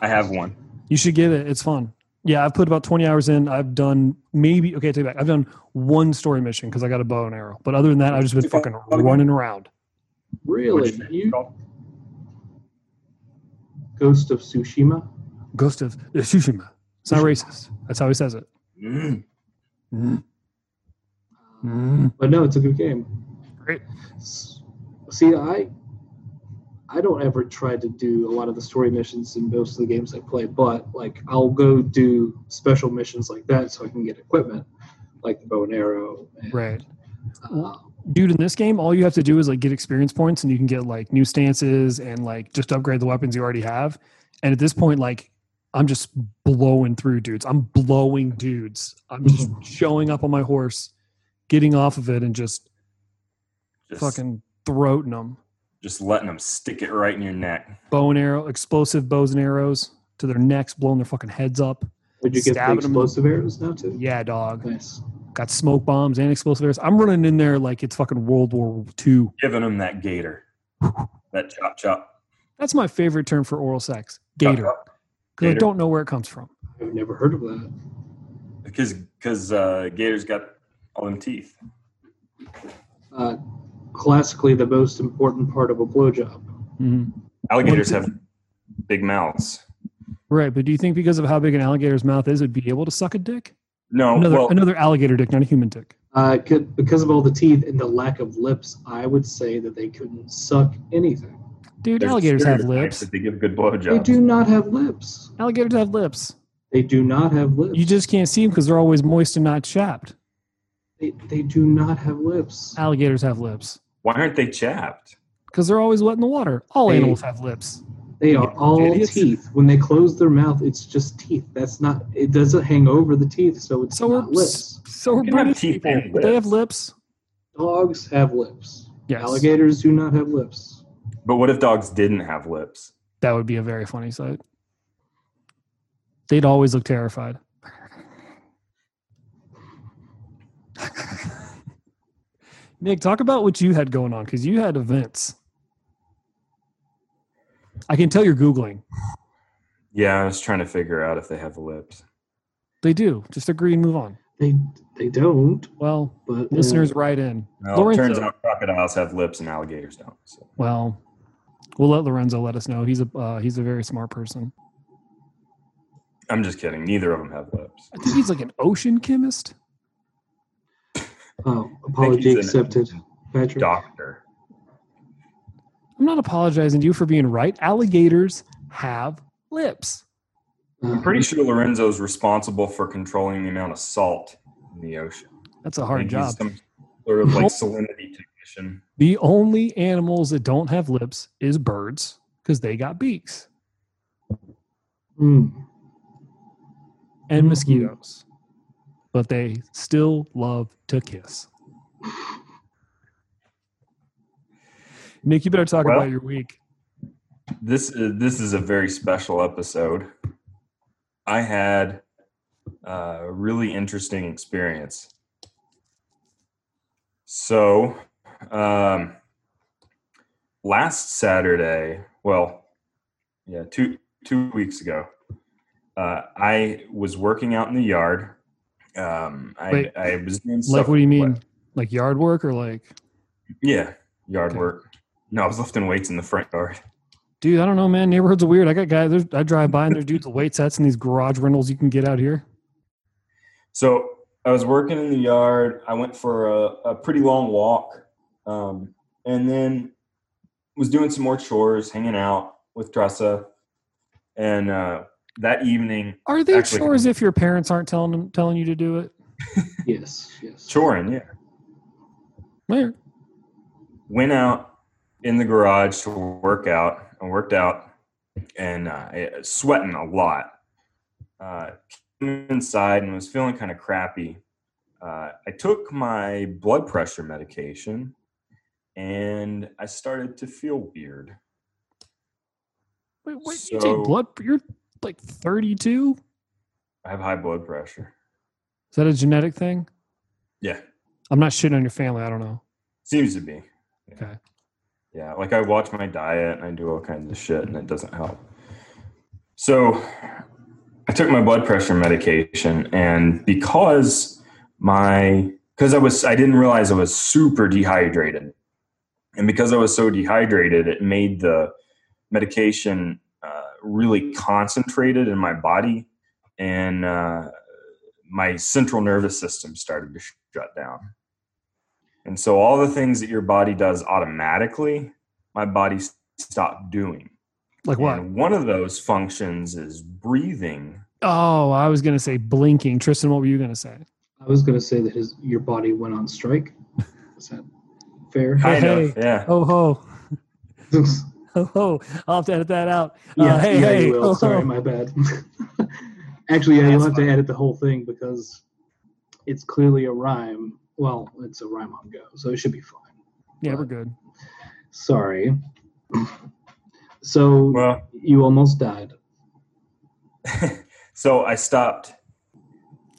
Speaker 1: I have one.
Speaker 2: You should get it. It's fun. Yeah, I've put about 20 hours in. I've done maybe, okay, I take it back. I've done one story mission because I got a bow and arrow. But other than that, I've just been
Speaker 1: Okay.
Speaker 2: fucking running around.
Speaker 3: Really?
Speaker 1: What'd you
Speaker 3: You Ghost of Tsushima?
Speaker 2: Ghost of Tsushima. It's not racist. That's how he says it.
Speaker 1: Mm.
Speaker 2: Mm,
Speaker 3: Uh,
Speaker 1: Mm-hmm.
Speaker 2: mm.
Speaker 3: But no, it's a good game.
Speaker 2: Great.
Speaker 3: S- See, I I don't ever try to do a lot of the story missions in most of the games I play, but like I'll go do special missions like that so I can get equipment, like the bow and arrow. And,
Speaker 2: Right.
Speaker 3: uh,
Speaker 2: Dude, in this game, all you have to do is like get experience points and you can get like new stances and like just upgrade the weapons you already have. And at this point, like I'm just blowing through dudes. I'm blowing dudes. I'm just showing up on my horse, getting off of it and just,
Speaker 1: Just,
Speaker 2: fucking throating them.
Speaker 1: just letting them stick it right in your neck.
Speaker 2: Bow and arrow, explosive bows and arrows to their necks, blowing their fucking heads up.
Speaker 3: would you get the
Speaker 2: stabbing 'em in the-
Speaker 3: explosive arrows now too?
Speaker 2: Yeah, dog.
Speaker 3: Nice.
Speaker 2: Got smoke bombs and explosive arrows. I'm running in there like it's fucking World War II.
Speaker 1: Giving them that gator, that chop chop.
Speaker 2: That's my favorite term for oral sex. Gator. Because I
Speaker 1: Gator.
Speaker 2: don't know where it comes from.
Speaker 3: I've never heard of that.
Speaker 1: Because because uh, Gator's got all them teeth.
Speaker 3: Uh, classically, the most important part of a blowjob.
Speaker 2: Mhm.
Speaker 1: Alligators have big mouths.
Speaker 2: Right, but do you think because of how big an alligator's mouth is, it'd be able to suck a dick?
Speaker 1: No,
Speaker 2: Another
Speaker 1: Oh, well,
Speaker 2: another alligator dick, not a human dick.
Speaker 3: Uh, could, because of all the teeth and the lack of lips, I would say that they couldn't suck anything.
Speaker 2: Dude,
Speaker 1: there's
Speaker 2: alligators have lips.
Speaker 1: stereotypes that They give good
Speaker 3: They
Speaker 1: blowjobs.
Speaker 3: do not have lips.
Speaker 2: Alligators have lips.
Speaker 3: They do not have lips.
Speaker 2: You just can't see them because they're always moist and not chapped.
Speaker 3: they, they do not have lips.
Speaker 2: Alligators have lips
Speaker 1: Why aren't they chapped?
Speaker 2: because they're always wet in the water. All
Speaker 3: Hey.
Speaker 2: animals have lips.
Speaker 3: They are all
Speaker 2: Idiots.
Speaker 3: teeth. When they close their mouth, it's just teeth. That's not. It doesn't hang over the teeth, so it's
Speaker 2: So we're
Speaker 3: not lips.
Speaker 2: so we're
Speaker 1: You can have
Speaker 2: British
Speaker 1: teeth
Speaker 2: people.
Speaker 1: and
Speaker 2: Do They have
Speaker 1: lips.
Speaker 2: lips.
Speaker 3: Dogs have lips.
Speaker 2: Yes,
Speaker 3: Alligators do not have lips.
Speaker 1: But what if dogs didn't have lips?
Speaker 2: that would be a very funny sight. They'd always look terrified. Nick, talk about what you had going on because you had events. I can tell you're googling.
Speaker 1: Yeah, I was trying to figure out if they have lips.
Speaker 2: They do. Just agree and move on.
Speaker 3: They they don't.
Speaker 2: Well,
Speaker 3: But uh,
Speaker 2: listeners, write in.
Speaker 1: No,
Speaker 2: Lorenzo.
Speaker 1: it turns out crocodiles have lips and alligators don't. So.
Speaker 2: Well, we'll let Lorenzo let us know. He's a uh, he's a very smart person.
Speaker 1: I'm just kidding. Neither of them have lips.
Speaker 2: I think he's like an ocean chemist.
Speaker 3: Oh, apology
Speaker 1: he's an-
Speaker 3: accepted. Patrick.
Speaker 1: Doctor.
Speaker 2: I'm not apologizing to you for being right. Alligators have lips.
Speaker 3: Uh,
Speaker 1: I'm pretty sure Lorenzo's responsible for controlling the amount of salt in the ocean.
Speaker 2: That's a hard
Speaker 1: He's
Speaker 2: job.
Speaker 1: some sort of like
Speaker 2: Oh.
Speaker 1: salinity technician.
Speaker 2: The only animals that don't have lips is birds because they got beaks
Speaker 3: hmm.
Speaker 2: and
Speaker 3: Mhm.
Speaker 1: Mm-hmm.
Speaker 2: mosquitoes, but they still love to kiss. Nick, you better talk
Speaker 1: Well-
Speaker 2: about your week.
Speaker 1: This is, this is a very special episode. I had uh, a really interesting experience. So, um, last Saturday, well, yeah, two two weeks ago, uh, I was working out in the yard. Um, I,
Speaker 2: Wait.
Speaker 1: I was doing
Speaker 2: Like,
Speaker 1: stuff-
Speaker 2: what do you mean? Like yard work or like,
Speaker 1: Yeah, yard
Speaker 2: Okay.
Speaker 1: work. No, I was lifting weights in the front yard.
Speaker 2: dude, I don't know, man. Neighborhoods are weird. I got guys, there's, I drive by and there's dudes with weight sets and these garage rentals you can get out here.
Speaker 1: So I was working in the yard. I went for a, a pretty long walk, um, and then was doing some more chores, hanging out with Tressa. And uh, that evening,
Speaker 2: Are they
Speaker 1: Actually-
Speaker 2: chores if your parents aren't telling them, telling you to do it?
Speaker 3: Yes. Yes.
Speaker 1: choring, yeah,
Speaker 2: Where?
Speaker 1: went out in the garage to work out. I worked out and uh, I- sweating a lot. Uh, came inside and was feeling kind of crappy. Uh, I took my blood pressure medication and I started to feel weird.
Speaker 2: Wait, wait, you take
Speaker 1: So-
Speaker 2: blood? You're like 32?
Speaker 1: I have high blood pressure.
Speaker 2: Is that a genetic thing?
Speaker 1: Yeah,
Speaker 2: I'm not shitting on your family. I don't know.
Speaker 1: seems to be. Yeah.
Speaker 2: Okay.
Speaker 1: Yeah, like I watch my diet and I do all kinds of shit and it doesn't help. So I took my blood pressure medication and because my because I was I didn't realize I was super dehydrated. And because I was so dehydrated, it made the medication uh, really concentrated in my body and uh, my central nervous system started to shut down. And so all the things that your body does automatically, my body s- stopped doing.
Speaker 2: Like what?
Speaker 1: And one of those functions is breathing.
Speaker 2: Oh, I was going to say blinking. Tristan, what were you going to say?
Speaker 3: I was going to say that his your body went on strike. Is that fair?
Speaker 1: Kind
Speaker 2: Hey.
Speaker 1: of, yeah.
Speaker 2: Oh, ho.
Speaker 1: Uh,
Speaker 3: yeah,
Speaker 2: Ho, ho. I'll have to edit that out. Uh, hey,
Speaker 3: yeah,
Speaker 2: hey.
Speaker 3: you will.
Speaker 2: Oh,
Speaker 3: Sorry,
Speaker 2: ho.
Speaker 3: my bad. Actually, yeah, you'll
Speaker 2: That's
Speaker 3: have to edit the whole thing because it's clearly a rhyme. Well, it's a rhyme on go, so it should be fine.
Speaker 2: Yeah, we're good.
Speaker 3: Sorry. So
Speaker 1: Well,
Speaker 3: you almost died.
Speaker 1: so I stopped.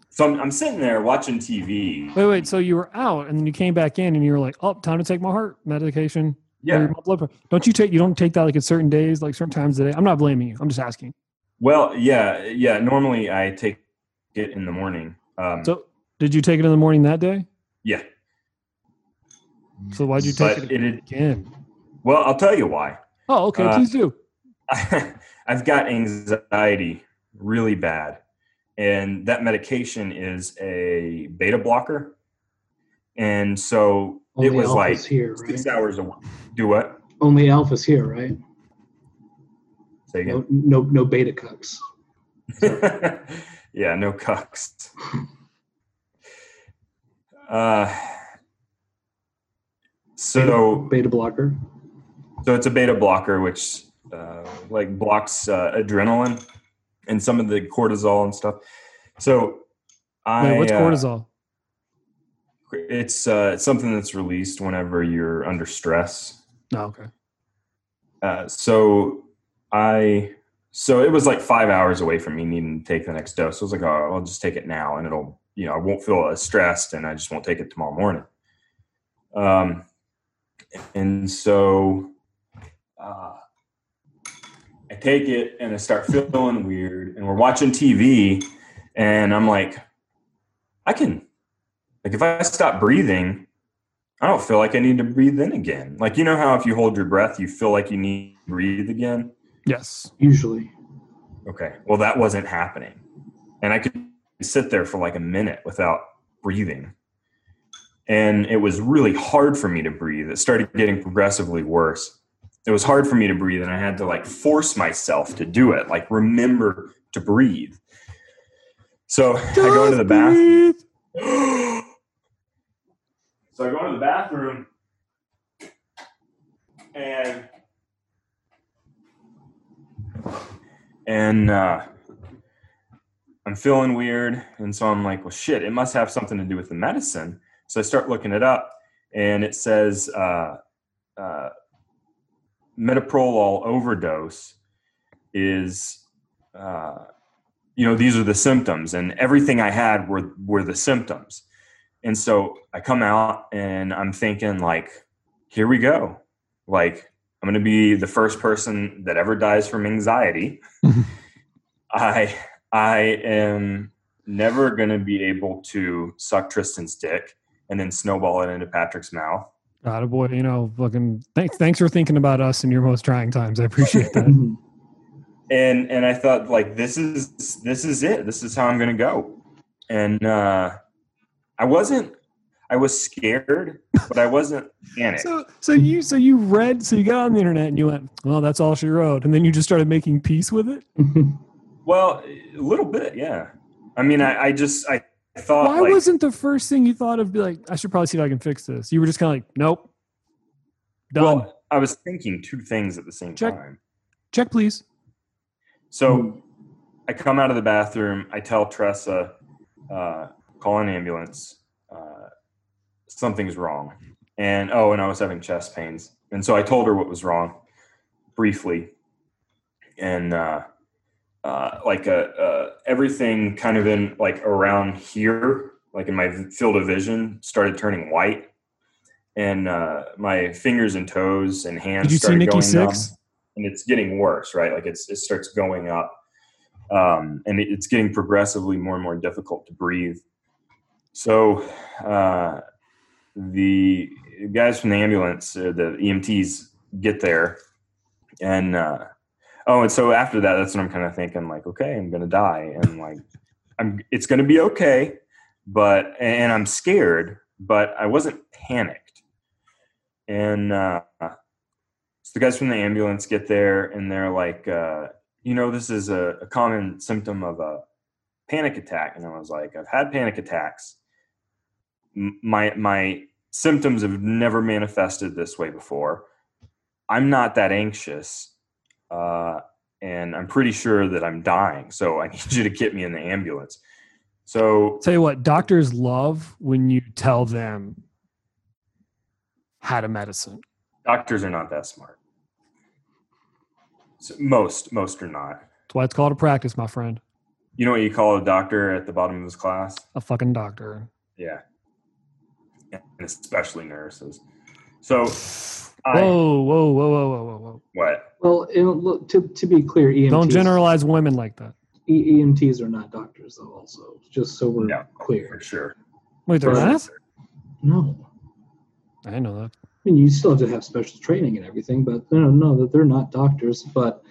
Speaker 1: So I'm, I'm sitting there watching TV.
Speaker 2: Wait, wait. So you were out and then you came back in and you were like, oh, time to take my heart medication. or
Speaker 1: Yeah.
Speaker 2: my blood pressure. Don't you take you don't take that like at certain days, like certain times of the day? I'm not blaming you. I'm just asking.
Speaker 1: Well, yeah, yeah. Normally I take it in the morning. Um,
Speaker 2: So did you take it in the morning that day?
Speaker 1: yeah.
Speaker 2: So why'd you take
Speaker 1: But
Speaker 2: it,
Speaker 1: it had-
Speaker 2: again?
Speaker 1: Well, I'll tell you why.
Speaker 2: Oh, okay.
Speaker 1: uh,
Speaker 2: please do.
Speaker 1: I've got anxiety really bad, and that medication is a beta blocker. And so
Speaker 3: Only
Speaker 1: it was
Speaker 3: alphas
Speaker 1: like
Speaker 3: here,
Speaker 1: six
Speaker 3: right?
Speaker 1: hours a week. Do what?
Speaker 3: Only alphas here, right?
Speaker 1: Say again.
Speaker 3: No, no, no beta cucks.
Speaker 1: yeah, no cucks. Uh, so
Speaker 3: beta blocker.
Speaker 1: so it's a beta blocker, which uh, like blocks uh, adrenaline and some of the cortisol and stuff. So I
Speaker 2: Wait, what's
Speaker 1: uh,
Speaker 2: cortisol?
Speaker 1: it's uh, it's something that's released whenever you're under stress.
Speaker 2: No, Oh, okay.
Speaker 1: Uh, so I so it was like five hours away from me needing to take the next dose. I was like, oh, I'll just take it now, and it'll you know I won't feel as stressed, and I just won't take it tomorrow morning. Um, and so uh, I take it, and I start feeling weird, and we're watching TV, and I'm like, I can like if I stop breathing. I don't feel like I need to breathe in again. Like you know how if you hold your breath, you feel like you need to breathe again.
Speaker 2: Yes.
Speaker 3: Usually,
Speaker 1: Okay. Well, that wasn't happening. And I could sit there for like a minute without breathing. And it was really hard for me to breathe. It started getting progressively worse. It was hard for me to breathe, and I had to like force myself to do it, like remember to breathe. So I go into the bathroom
Speaker 2: Breathe.
Speaker 1: so I go into the bathroom and and uh, I'm feeling weird, and so I'm like, well, shit, it must have something to do with the medicine. So I start looking it up, and it says uh, uh, metoprolol overdose is. Uh, you know these are the symptoms and everything i had were were the symptoms and so i come out and i'm thinking like here we go like i'm going to be the first person that ever dies from anxiety i i am never going to be able to suck tristan's dick and then snowball it into patrick's mouth
Speaker 2: God, boy, you know, fucking thanks thanks for thinking about us in your most trying times. I appreciate that.
Speaker 3: Mhm.
Speaker 1: and and I thought like this is this is it. This is how I'm gonna go. And uh, I wasn't. I was scared, but I wasn't panicked.
Speaker 2: so so you so you read so you got on the internet and you went, Well, that's all she wrote. And then you just started making peace with it.
Speaker 1: well, a little bit, yeah. I mean, I, I just I thought
Speaker 2: Why
Speaker 1: Oh, like
Speaker 2: wasn't the first thing you thought of be like, I should probably see if I can fix this? You were just kinda like, Nope. Done.
Speaker 1: well, I was thinking two things at the same
Speaker 2: Check.
Speaker 1: time.
Speaker 2: Check please.
Speaker 1: So
Speaker 2: Hmm.
Speaker 1: I come out of the bathroom. I tell Tressa, uh, call an ambulance. Uh, something's wrong. And oh, and I was having chest pains. And so I told her what was wrong briefly. And uh, uh, like uh uh, everything kind of in like around here, like in my v- field of vision, started turning white. And uh, my fingers and toes and hands
Speaker 2: Did you see
Speaker 1: started
Speaker 2: Nikki
Speaker 1: going numb
Speaker 2: Six?
Speaker 1: and it's getting worse, right? Like it's it starts going up, um, and it, it's getting progressively more and more difficult to breathe. So uh, the guys from the ambulance, uh, the EMTs, get there, and uh, oh, and so after that, that's when I'm kind of thinking like, okay, I'm gonna die, and like I'm it's gonna be okay, but and I'm scared, but I wasn't panicked, and. Uh, so the guys from the ambulance get there and they're like, uh, you know, this is a, a common symptom of a panic attack. And I was like, I've had panic attacks. M- My my symptoms have never manifested this way before. I'm not that anxious, uh, and I'm pretty sure that I'm dying. So I need you to get me in the ambulance. So
Speaker 2: Tell you what, doctors love when you tell them how to medicine.
Speaker 1: doctors are not that smart. So most most are not.
Speaker 2: That's why it's called a practice, my friend.
Speaker 1: You know what you call a doctor at the bottom of his class?
Speaker 2: A fucking doctor.
Speaker 1: Yeah. And especially nurses. So I,
Speaker 2: Whoa, whoa, whoa, whoa, whoa, whoa, whoa.
Speaker 1: what?
Speaker 3: Well, and look, to, to be clear, EMTs,
Speaker 2: Don't generalize women like that.
Speaker 3: E- EMTs are not doctors, though, also, just so we're
Speaker 1: No, for
Speaker 3: clear.
Speaker 1: sure.
Speaker 2: Wait, they're
Speaker 3: Right.
Speaker 2: not?
Speaker 3: No.
Speaker 2: I didn't know that.
Speaker 3: I mean, you still have to have special training and everything, but no, no, that they're not doctors. But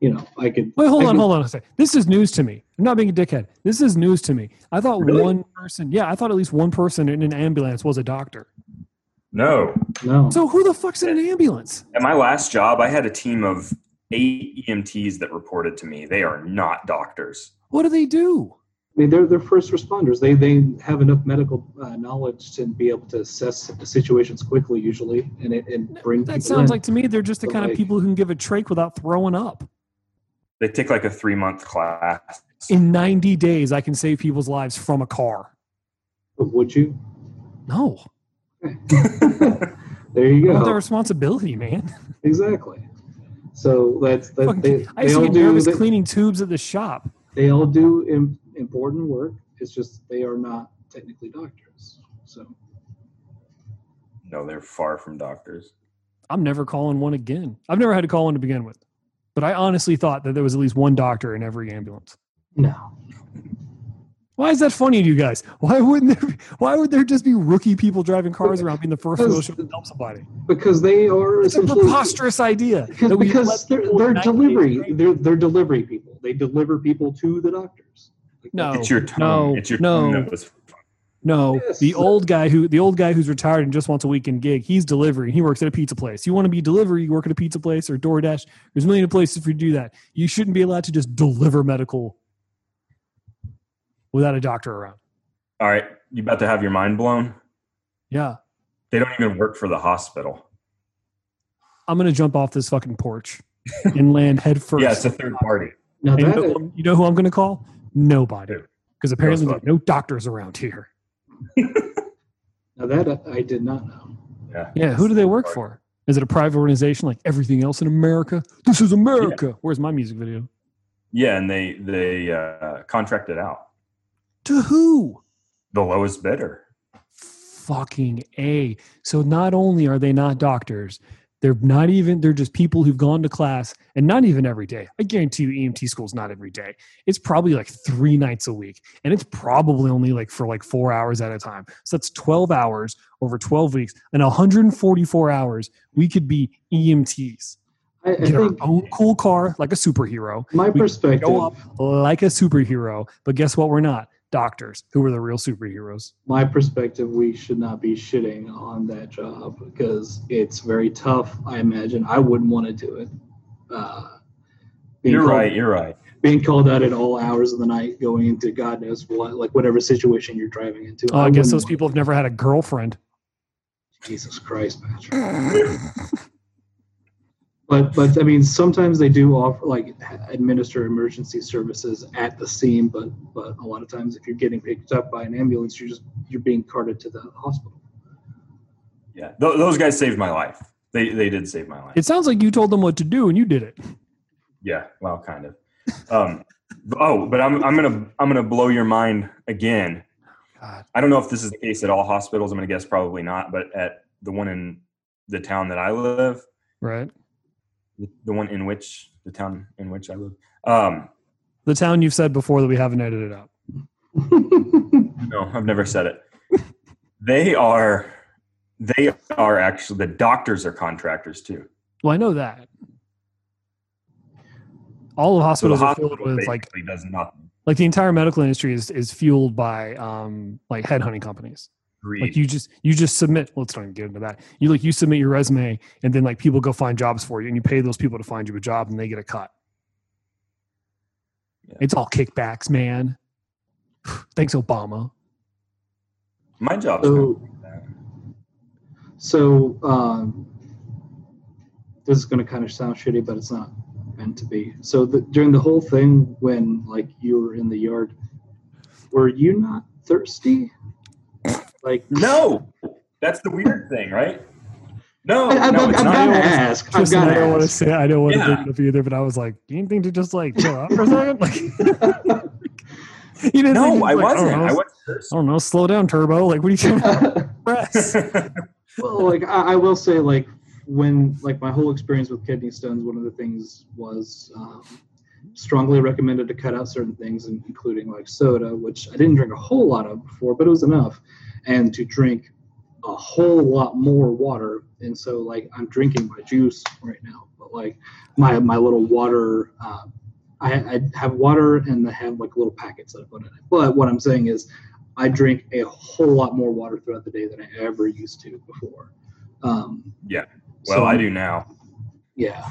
Speaker 3: you know, I could.
Speaker 2: Wait, hold
Speaker 3: I
Speaker 2: on,
Speaker 3: could-
Speaker 2: hold on a second. This is news to me. I'm not being a dickhead. This is news to me. I thought
Speaker 1: Really?
Speaker 2: one person, yeah, I thought at least one person in an ambulance was a doctor.
Speaker 1: No.
Speaker 3: No.
Speaker 2: So who the fuck's in an ambulance?
Speaker 1: At my last job, I had a team of eight EMTs that reported to me. They are not doctors.
Speaker 2: What do they do?
Speaker 3: they, they're they're first responders. They they have enough medical uh, knowledge to be able to assess situations quickly, usually, and it and bring.
Speaker 2: That
Speaker 3: people
Speaker 2: sounds
Speaker 3: in.
Speaker 2: like to me they're just the
Speaker 3: But,
Speaker 2: kind of
Speaker 3: like-
Speaker 2: people who can give a trach without throwing up.
Speaker 1: They take like a three month class.
Speaker 2: In 90 days, I can save people's lives from a car.
Speaker 3: But would you?
Speaker 2: No,
Speaker 3: There you
Speaker 2: I
Speaker 3: go.
Speaker 2: want their responsibility, man.
Speaker 3: Exactly. So that's that.
Speaker 2: Fucking-
Speaker 3: They,
Speaker 2: I
Speaker 3: they
Speaker 2: used to
Speaker 3: all
Speaker 2: get
Speaker 3: do.
Speaker 2: nervous
Speaker 3: They,
Speaker 2: cleaning tubes at the shop.
Speaker 3: they all do Im, important work. It's just they are not technically doctors. So
Speaker 1: no, they're far from doctors.
Speaker 2: I'm never calling one again. I've never had to call one to begin with, but I honestly thought that there was at least one doctor in every ambulance.
Speaker 3: no.
Speaker 2: Why is that funny to you guys? Why wouldn't there? Be, why would there just be rookie people driving cars around being the first one to show up and help somebody?
Speaker 3: Because they are
Speaker 2: It's a
Speaker 3: essentially
Speaker 2: preposterous idea.
Speaker 3: because,
Speaker 2: that we
Speaker 3: because
Speaker 2: let
Speaker 3: they're,
Speaker 2: people
Speaker 3: they're
Speaker 2: in 90 days
Speaker 3: delivery
Speaker 2: train.
Speaker 3: they're, they're delivery people they deliver people to the doctors Like,
Speaker 2: No.
Speaker 3: that's-
Speaker 1: It's your tone.
Speaker 2: no,
Speaker 1: it's your
Speaker 2: no.
Speaker 1: tone that was
Speaker 2: No,
Speaker 3: Yes.
Speaker 2: the old guy who the old guy who's retired and just wants a weekend gig. He's delivery. He works at a pizza place. You want to be delivery? You work at a pizza place or DoorDash. There's a million places for you to do that. You shouldn't be allowed to just deliver medical without a doctor around.
Speaker 1: all right. You about to have your mind blown?
Speaker 2: Yeah,
Speaker 1: They don't even work for the hospital.
Speaker 2: I'm gonna jump off this fucking porch and land head first.
Speaker 1: Yeah, it's a third party.
Speaker 3: now
Speaker 2: And you,
Speaker 3: that
Speaker 2: know,
Speaker 3: is-
Speaker 2: who I'm- you know who I'm gonna call? Nobody, because apparently there are no doctors around here.
Speaker 3: now that I- i did not know
Speaker 1: Yeah.
Speaker 2: Yeah, who do they work for? Is it a private organization like everything else in America? This is America. Where's my music video?
Speaker 1: Yeah, and they they uh, contract it out.
Speaker 2: To who?
Speaker 1: The lowest bidder.
Speaker 2: Fucking A. So not only are they not doctors, they're not even, they're just people who've gone to class and not even every day. I guarantee you EMT school's not every day. It's probably like three nights a week. And it's probably only like for like four hours at a time. So that's 12 hours over 12 weeks and 144 hours. We could be EMTs.
Speaker 3: i, I
Speaker 2: Get our
Speaker 3: think
Speaker 2: own cool car like a superhero,
Speaker 3: my
Speaker 2: we
Speaker 3: perspective
Speaker 2: go up like a superhero. But guess what? We're not doctors who are the real superheroes.
Speaker 3: my perspective we should not be shitting on that job because it's very tough i imagine i wouldn't want to do it uh, being
Speaker 1: You're
Speaker 3: called-
Speaker 1: right. You're right.
Speaker 3: being called out at all hours of the night going into god knows what like whatever situation you're driving into
Speaker 2: Oh, I guess
Speaker 3: wouldn't
Speaker 2: those
Speaker 3: want-
Speaker 2: people have never had a girlfriend.
Speaker 3: Jesus Christ, Patrick. but but I mean, sometimes they do offer like administer emergency services at the scene, but but a lot of times if you're getting picked up by an ambulance, you're just you're being carted to the hospital.
Speaker 1: Yeah, Th- those guys saved my life. They they did save my life.
Speaker 2: It sounds like you told them what to do and you did it.
Speaker 1: yeah, well, kind of. Um, b- oh, but I'm I'm gonna I'm gonna blow your mind again.
Speaker 2: God.
Speaker 1: I don't know if this is the case at all hospitals. I'm gonna guess probably not, but at the one in the town that I live,
Speaker 2: Right.
Speaker 1: the the one in which the town in which I live. Um,
Speaker 2: The town you've said before that we haven't edited out.
Speaker 1: no, I've never said it. They are they are actually the doctors are contractors too.
Speaker 2: Well, I know that. All of
Speaker 1: So the
Speaker 2: hospitals
Speaker 1: hospital
Speaker 2: are filled with like
Speaker 1: basically does nothing.
Speaker 2: like the entire medical industry is is fueled by um like headhunting companies. Like
Speaker 1: Greed.
Speaker 2: you just you just submit let's not even get into that. You like you submit your resume and then like people go find jobs for you and you pay those people to find you a job and they get a cut.
Speaker 1: Yeah.
Speaker 2: It's all kickbacks, man. Thanks, Obama.
Speaker 1: my job's
Speaker 3: So- So um, this is going to kind of sound shitty, but it's not meant to be. So the, during the whole thing, when like you were in the yard, were you not thirsty? Like
Speaker 1: No, that's the weird thing, right? No,
Speaker 3: I, I,
Speaker 1: no,
Speaker 3: I've
Speaker 1: it's
Speaker 2: not-
Speaker 3: got to
Speaker 2: I don't-
Speaker 3: ask. I've
Speaker 2: Tristan,
Speaker 3: got
Speaker 2: I
Speaker 3: to
Speaker 2: don't want to
Speaker 3: ask.
Speaker 2: say I don't want
Speaker 1: Yeah.
Speaker 2: to bring it up either, but I was like, do you think to just like chill out for a second? Like, you didn't
Speaker 1: no,
Speaker 2: think,
Speaker 1: I
Speaker 2: like,
Speaker 1: wasn't.
Speaker 2: don't know,
Speaker 1: I wasn't
Speaker 2: I don't know. Slow down, Turbo. Like, what are you trying to press?
Speaker 1: first.
Speaker 3: well, like I, I will say, like when like my whole experience with kidney stones, one of the things was um, strongly recommended to cut out certain things, and including like soda, which I didn't drink a whole lot of before, but it was enough, and to drink a whole lot more water. And so like I'm drinking my juice right now, but like my my little water. Uh, I, I have water and I have like little packets that I put in it. But what I'm saying is, I drink a whole lot more water throughout the day than I ever used to before. Um,
Speaker 1: Yeah. Well,
Speaker 3: so-
Speaker 1: I do now.
Speaker 3: Yeah,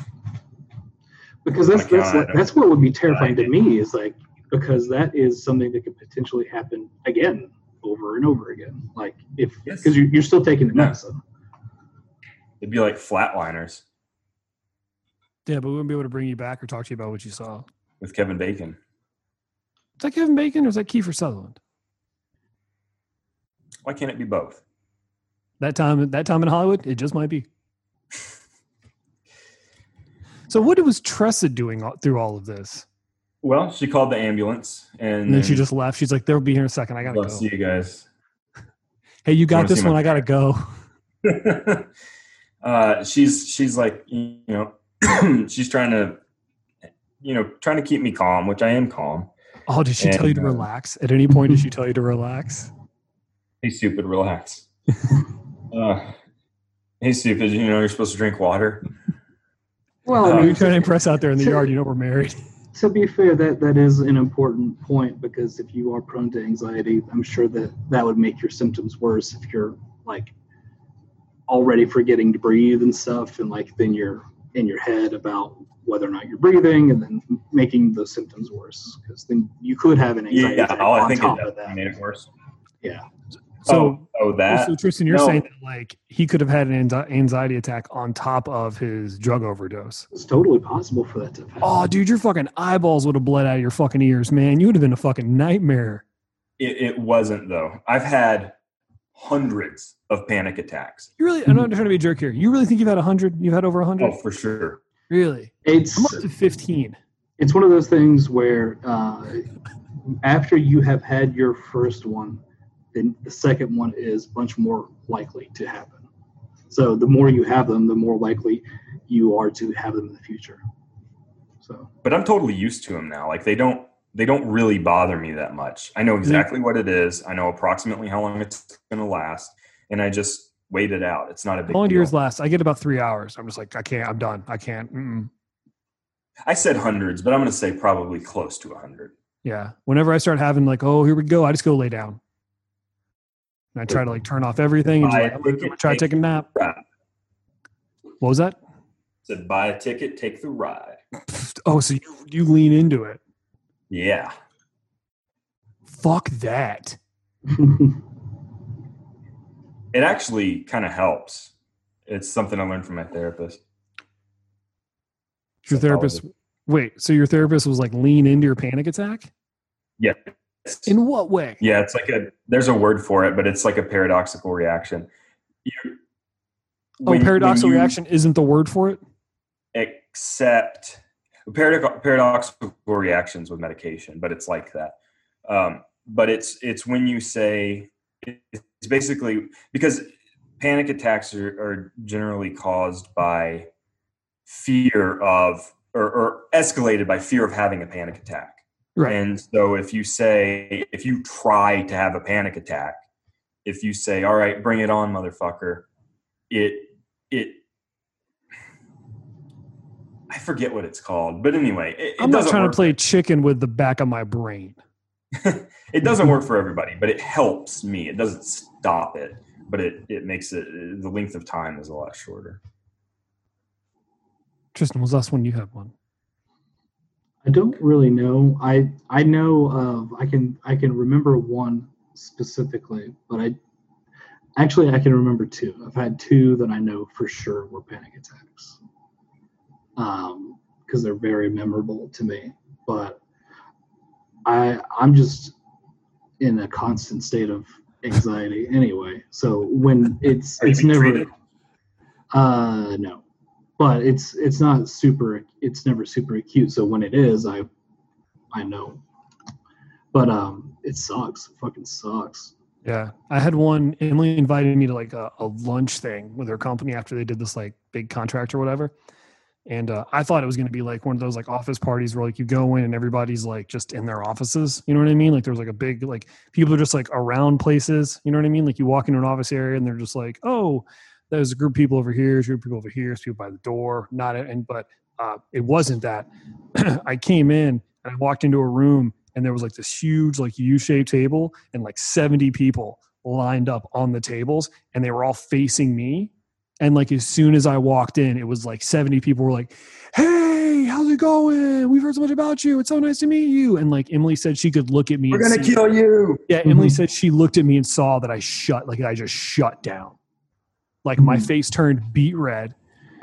Speaker 3: because that's
Speaker 1: Like,
Speaker 3: that's
Speaker 1: uh,
Speaker 3: that's what would be terrifying to
Speaker 1: I-
Speaker 3: me is like because that is something that could potentially happen again over and over again. Like if
Speaker 1: Yes.
Speaker 3: because you're, you're still taking the
Speaker 1: Yeah.
Speaker 3: medicine.
Speaker 1: It'd be like flatliners
Speaker 2: Yeah, but we wouldn't be able to bring you back or talk to you about what you saw. Is
Speaker 1: with Kevin Bacon.
Speaker 2: that Kevin Bacon or is that Kiefer Sutherland?
Speaker 1: Why can't it be both?
Speaker 2: That time, that time in Hollywood, it just might be. So what was Tressa doing all- through all of this?
Speaker 1: Well, she called the ambulance and,
Speaker 2: And then she just left. She's like, "They'll be here in a second. I gotta
Speaker 1: Love to
Speaker 2: go.
Speaker 1: see Mm. you guys.
Speaker 2: Hey, you got
Speaker 1: wanna
Speaker 2: this
Speaker 1: see my
Speaker 2: one. I gotta go."
Speaker 1: uh, she's she's like you know she's trying to you know trying to keep me calm, which I am calm.
Speaker 2: Oh, did she tell
Speaker 1: And,
Speaker 2: you to
Speaker 1: uh,
Speaker 2: relax? At any point, did she tell you to relax?
Speaker 1: Hey, stupid, relax. uh, hey, stupid, you know you're supposed to drink water.
Speaker 3: Well,
Speaker 1: I
Speaker 2: Are
Speaker 1: mean,
Speaker 2: you trying to impress out there in the yard? You know we're married.
Speaker 3: To be fair, that that is an important point because if you are prone to anxiety, I'm sure that that would make your symptoms worse if you're like already forgetting to breathe and stuff, and like then you're in your head about whether or not you're breathing, and then making those symptoms worse because then you could have an anxiety
Speaker 1: Yeah,
Speaker 3: attack
Speaker 1: all I
Speaker 3: on
Speaker 1: think
Speaker 3: top
Speaker 1: it
Speaker 3: of that.
Speaker 1: made it worse.
Speaker 2: So,
Speaker 1: oh, oh, that
Speaker 2: so Tristan, you're
Speaker 1: no.
Speaker 2: saying that like he could have had an anxi- anxiety attack on top of his drug overdose.
Speaker 3: It's totally possible for that to happen.
Speaker 2: Oh, dude, your fucking eyeballs would have bled out of your fucking ears, man. You would have been a fucking nightmare.
Speaker 1: It, it wasn't though. I've had hundreds of panic attacks.
Speaker 2: You really? I'm not trying to be a jerk here. You really think you've had hundred? You've had over hundred?
Speaker 1: Oh, for sure.
Speaker 2: Really?
Speaker 3: It's
Speaker 2: I'm up to fifteen.
Speaker 3: it's one of those things where uh, after you have had your first one, then the second one is much more likely to happen. So the more you have them, the more likely you are to have them in the future. So
Speaker 1: But I'm totally used to them now. Like they don't they don't really bother me that much. I
Speaker 2: Mm-hmm.
Speaker 1: know exactly what it is. I know approximately how long it's going to last, and I just wait it out. It's not a big
Speaker 2: How long do
Speaker 1: deal.
Speaker 2: yours last? I get about three hours. I'm just like, I can't. I'm done. I can't. Mm-mm.
Speaker 1: I said hundreds, but I'm going to say probably close to a hundred.
Speaker 2: Yeah. Whenever I start having like, oh, here we go, I just go lay down. And I try to like turn off everything. And just
Speaker 1: Buy
Speaker 2: like,
Speaker 1: a
Speaker 2: I'm gonna- I'm
Speaker 1: ticket,
Speaker 2: gonna try to
Speaker 1: take
Speaker 2: take a nap.
Speaker 1: Right.
Speaker 2: What was that?
Speaker 1: Said buy a ticket, take the ride.
Speaker 2: Oh, so you you lean into it.
Speaker 1: Yeah.
Speaker 2: Fuck that.
Speaker 1: It actually kind of helps. It's something I learned from my therapist.
Speaker 2: Your therapist. Wait. So your therapist was like lean into your panic attack?
Speaker 1: Yeah.
Speaker 2: In what way?
Speaker 1: Yeah, it's like a there's a word for it, but it's like a paradoxical reaction. You,
Speaker 2: Oh,
Speaker 1: when- when
Speaker 2: paradoxical
Speaker 1: you
Speaker 2: reaction isn't the word for it.
Speaker 1: Accept paradox, paradoxical reactions with medication, but it's like that. Um, but it's it's when you say it's basically because panic attacks are, are generally caused by fear of or, or escalated by fear of having a panic attack.
Speaker 2: Right.
Speaker 1: And so if you say, if you try to have a panic attack, if you say, all right, bring it on, motherfucker, it, it, I forget what it's called, but anyway, it, it
Speaker 2: I'm not
Speaker 1: doesn't
Speaker 2: trying
Speaker 1: work.
Speaker 2: to play chicken with the back of my brain.
Speaker 1: It
Speaker 2: Mm-hmm.
Speaker 1: doesn't work for everybody, but it helps me. It doesn't stop it, but it it makes it the length of time is a lot shorter.
Speaker 2: Tristan, was the last one you had one?
Speaker 3: I don't really know. I I know of I can I can remember one specifically, but I actually I can remember two. I've had two that I know for sure were panic attacks. Um, because they're very memorable to me. But I I'm just in a constant state of anxiety anyway. So when it's
Speaker 1: Are you
Speaker 3: it's
Speaker 1: being
Speaker 3: never
Speaker 1: treated?
Speaker 3: uh no. But it's it's not super it's never super acute. So when it is, I I know. But um it sucks. It fucking sucks.
Speaker 2: Yeah, I had one. Emily invited me to like a, a lunch thing with her company after they did this like big contract or whatever. And uh, I thought it was going to be like one of those like office parties where like you go in and everybody's like just in their offices. You know what I mean? Like there was like a big like people are just like around places. You know what I mean? Like you walk into an office area and they're just like, oh, there's a group of people over here, there's a group of people over here, there's people by the door. Not and but uh, it wasn't that. I came in and I walked into a room and there was like this huge like U-shaped table and like 70 people lined up on the tables and they were all facing me and like as soon as I walked in it was like 70 people were like hey how's it going we've heard so much about you it's so nice to meet you and like Emily said she could look at me
Speaker 1: We're
Speaker 2: and
Speaker 1: gonna
Speaker 2: see-
Speaker 1: kill you.
Speaker 2: yeah Emily
Speaker 3: Mhm.
Speaker 2: said she looked at me and saw that I shut like I just shut down like my
Speaker 3: Mhm.
Speaker 2: face turned beet red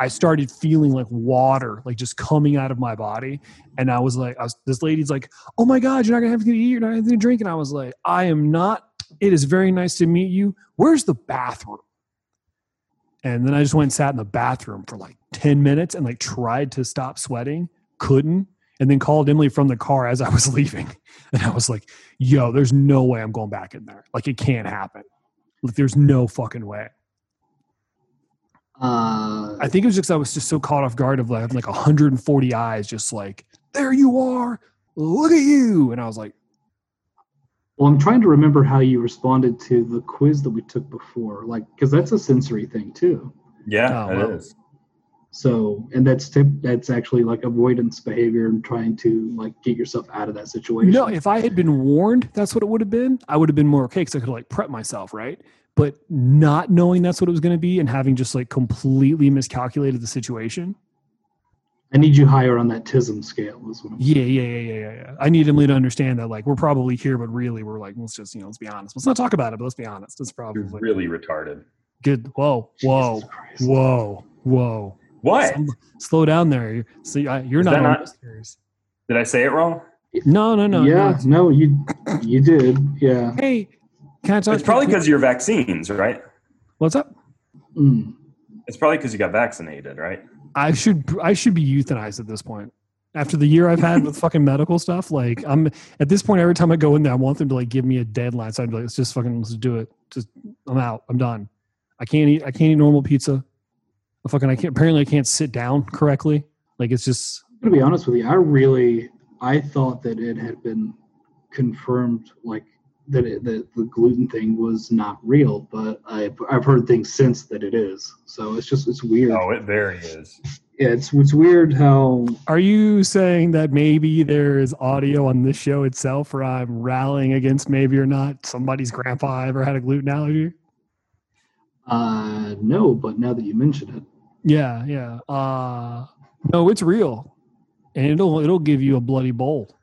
Speaker 2: I started feeling like water, like just coming out of my body. And I was like, I was, this lady's like, oh my God, you're not gonna have anything to eat, you're not gonna have anything to drink. And I was like, I am not. It is very nice to meet you. Where's the bathroom? And then I just went and sat in the bathroom for like 10 minutes and like tried to stop sweating, couldn't, and then called Emily from the car as I was leaving. And I was like, yo, there's no way I'm going back in there. Like it can't happen. Like there's no fucking way.
Speaker 3: Uh,
Speaker 2: I think it was just I was just so caught off guard of like having like 140 eyes, just like there you are, look at you, and I was like,
Speaker 3: well, I'm trying to remember how you responded to the quiz that we took before, like because that's a sensory thing too.
Speaker 1: Yeah,
Speaker 2: Oh,
Speaker 1: it is.
Speaker 2: wow.
Speaker 3: So, and that's tip, that's actually like avoidance behavior and trying to like get yourself out of that situation.
Speaker 2: no. If I had been warned, that's what it would have been. I would have been more okay because I could like prep myself, right? But not knowing that's what it was going to be and having just like completely miscalculated the situation.
Speaker 3: I need you higher on that TISM scale. Is what I'm
Speaker 2: Yeah, yeah, yeah, yeah, yeah. yeah. I need Emily to understand that like we're probably here, but really we're like let's just you know let's be honest. Let's not talk about it, but let's be honest. It's
Speaker 1: You're
Speaker 2: probably
Speaker 1: really retarded.
Speaker 2: good. Whoa, whoa,
Speaker 3: Jesus Christ.
Speaker 2: whoa, whoa.
Speaker 1: What?
Speaker 2: Some- slow down there. You're- So uh, you're
Speaker 1: Is
Speaker 2: not
Speaker 1: that
Speaker 2: on
Speaker 1: not-
Speaker 2: listeners.
Speaker 1: Did I say it wrong?
Speaker 2: No, no, no. no,
Speaker 3: yeah,
Speaker 2: it's-
Speaker 3: no, you you did. Yeah.
Speaker 2: Hey, can I talk?
Speaker 1: It's probably because your vaccines, right?
Speaker 2: What's up?
Speaker 3: Mm.
Speaker 1: It's probably because you got vaccinated, right?
Speaker 2: I should I should be euthanized at this point. After the year I've had with fucking medical stuff, like I'm at this point, every time I go in there, I want them to like give me a deadline. So I'd be like, let's just fucking let's do it. Just I'm out. I'm done. I can't eat. I can't eat normal pizza. I fucking I can't. Apparently, I can't sit down correctly. Like it's just
Speaker 3: I'm gonna be honest with you. I really I thought that it had been confirmed, like that it, that the gluten thing was not real, but I've I've heard things since that it is. So it's just it's weird.
Speaker 1: Oh, it very is.
Speaker 3: Yeah, it's it's weird how
Speaker 2: Are you saying that maybe there is audio on this show itself where I'm rallying against maybe or not somebody's grandpa ever had a gluten allergy?
Speaker 3: uh no, but now that you mention it,
Speaker 2: Yeah, yeah. Uh no, it's real. And it'll it'll give you a bloody bowl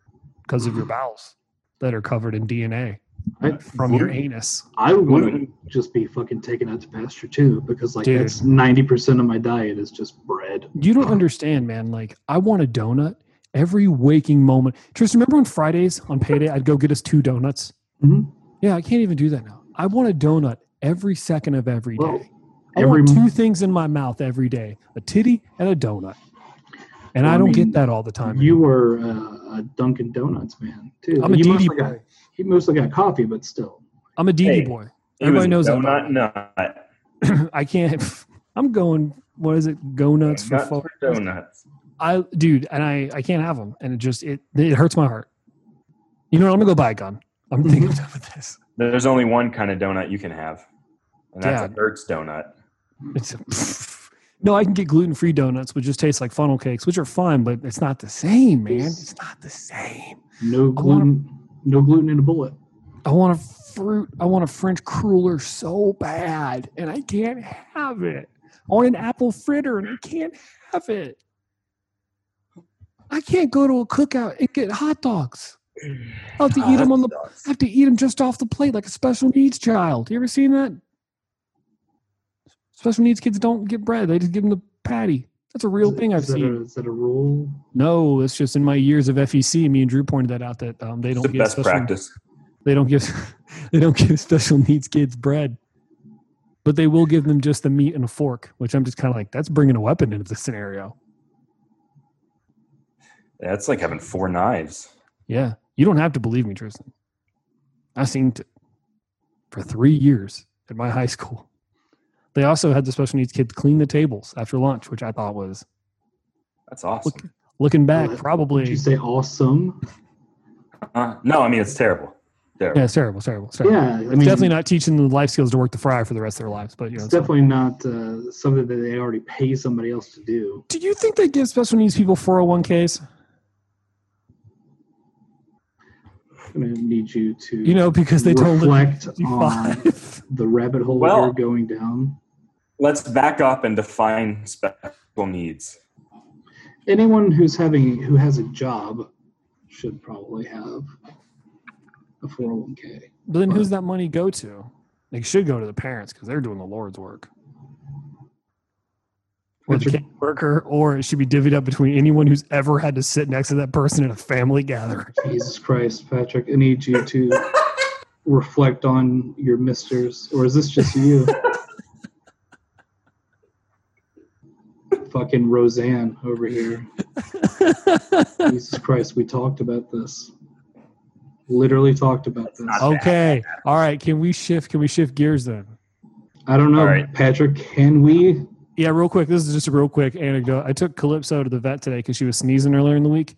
Speaker 2: because of your bowels that are covered in DNA
Speaker 3: I
Speaker 2: from your anus.
Speaker 3: I would want
Speaker 1: Gluten.
Speaker 3: to just be fucking taken out to pasture too, because like
Speaker 2: Dude.
Speaker 3: that's ninety percent of my diet is just bread.
Speaker 2: You don't understand, man. Like I want a donut every waking moment. Tristan, remember on Fridays on payday I'd go get us two donuts?
Speaker 3: hmm
Speaker 2: Yeah, I can't even do that now. I want a donut every second of every day.
Speaker 3: Well,
Speaker 2: I
Speaker 3: every
Speaker 2: want
Speaker 3: m-
Speaker 2: two things in my mouth every day: a titty and a donut. And
Speaker 3: Well,
Speaker 2: I
Speaker 3: I
Speaker 2: don't
Speaker 3: mean,
Speaker 2: get that all the time.
Speaker 3: You
Speaker 2: man.
Speaker 3: were uh, a Dunkin' Donuts man too.
Speaker 2: I'm a
Speaker 3: you
Speaker 2: DD
Speaker 3: mostly got
Speaker 2: boy.
Speaker 3: you mostly got coffee, but still.
Speaker 2: I'm a DD
Speaker 1: Hey,
Speaker 2: boy.
Speaker 1: He was
Speaker 2: Everybody knows that. by
Speaker 1: donut nut.
Speaker 2: the way. I can't. I'm going. What is it? Go nuts for
Speaker 1: Nuts
Speaker 2: fuck.
Speaker 1: for donuts.
Speaker 2: I dude, and I I can't have them, and it just it it hurts my heart. You know what? I'm gonna go buy a gun. I'm thinking I'm done with this.
Speaker 1: There's only one kind of donut you can have, and that's
Speaker 2: Dad.
Speaker 1: a Ertz donut.
Speaker 2: It's a, no, I can get gluten free donuts, which just taste like funnel cakes, which are fun, but it's not the same, man. It's not the same.
Speaker 3: No
Speaker 2: I wanna-
Speaker 3: gluten. No gluten in a bullet.
Speaker 2: I want a fruit. I want a French cruller so bad, and I can't have it. I want an apple fritter, and I can't have it. I can't go to a cookout and get hot dogs. I have to eat them on the. I have to eat them just off the plate, like a special needs child. You ever seen that? Special needs kids don't get bread; they just give them the patty. That's a real
Speaker 3: Is it-
Speaker 2: thing I've
Speaker 3: is that
Speaker 2: seen.
Speaker 3: A, is that a rule?
Speaker 2: no, it's just in my years of FEC. Me and Drew pointed that out that um, they
Speaker 1: It's
Speaker 2: don't
Speaker 1: the
Speaker 2: get
Speaker 1: best
Speaker 2: special
Speaker 1: practice.
Speaker 2: they don't give they don't give special needs kids bread, but they will give them just the meat and a fork, which I'm just kind of like that's bringing a weapon into the scenario.
Speaker 1: That's like having four knives.
Speaker 2: Yeah, you don't have to believe me, Tristan. I seen it. for three years at my high school. They also had the special needs kids clean the tables after lunch, which I thought was
Speaker 1: That's awesome.
Speaker 2: looking back
Speaker 3: What? Did
Speaker 2: probably
Speaker 3: you say awesome?
Speaker 1: Uh, no, I mean it's terrible. Terrible.
Speaker 2: yeah, it's terrible, it's terrible, it's terrible.
Speaker 3: Yeah, I mean,
Speaker 2: It's definitely not teaching them the life skills to work the fryer for the rest of their lives, but you know.
Speaker 3: It's
Speaker 2: it's fine.
Speaker 3: definitely not uh, something that they already pay somebody else to do.
Speaker 2: Do you think they give special needs people 401ks?
Speaker 3: I'm going to need you to
Speaker 2: You know, because they told them
Speaker 3: reflect on the rabbit hole
Speaker 1: Well-
Speaker 3: you're going down.
Speaker 1: Let's back up and define special needs.
Speaker 3: Anyone who's having who has a job should probably have a 401k.
Speaker 2: But then who's that money go to? It should go to the parents because they're doing the Lord's work. Or the
Speaker 3: Richard?
Speaker 2: kid worker, or it should be divvied up between anyone who's ever had to sit next to that person in a family gathering.
Speaker 3: Jesus Christ, Patrick, I need you to reflect on your misters, or is this just you? Fucking Roseanne over here. Jesus Christ, we talked about this. Literally talked about this.
Speaker 2: okay. All right. Can we shift? Can we shift gears then?
Speaker 3: I don't know,
Speaker 1: All right.
Speaker 3: Patrick. Can we?
Speaker 2: Yeah, real quick. This is just a real quick anecdote. I took Calypso to the vet today because she was sneezing earlier in the week.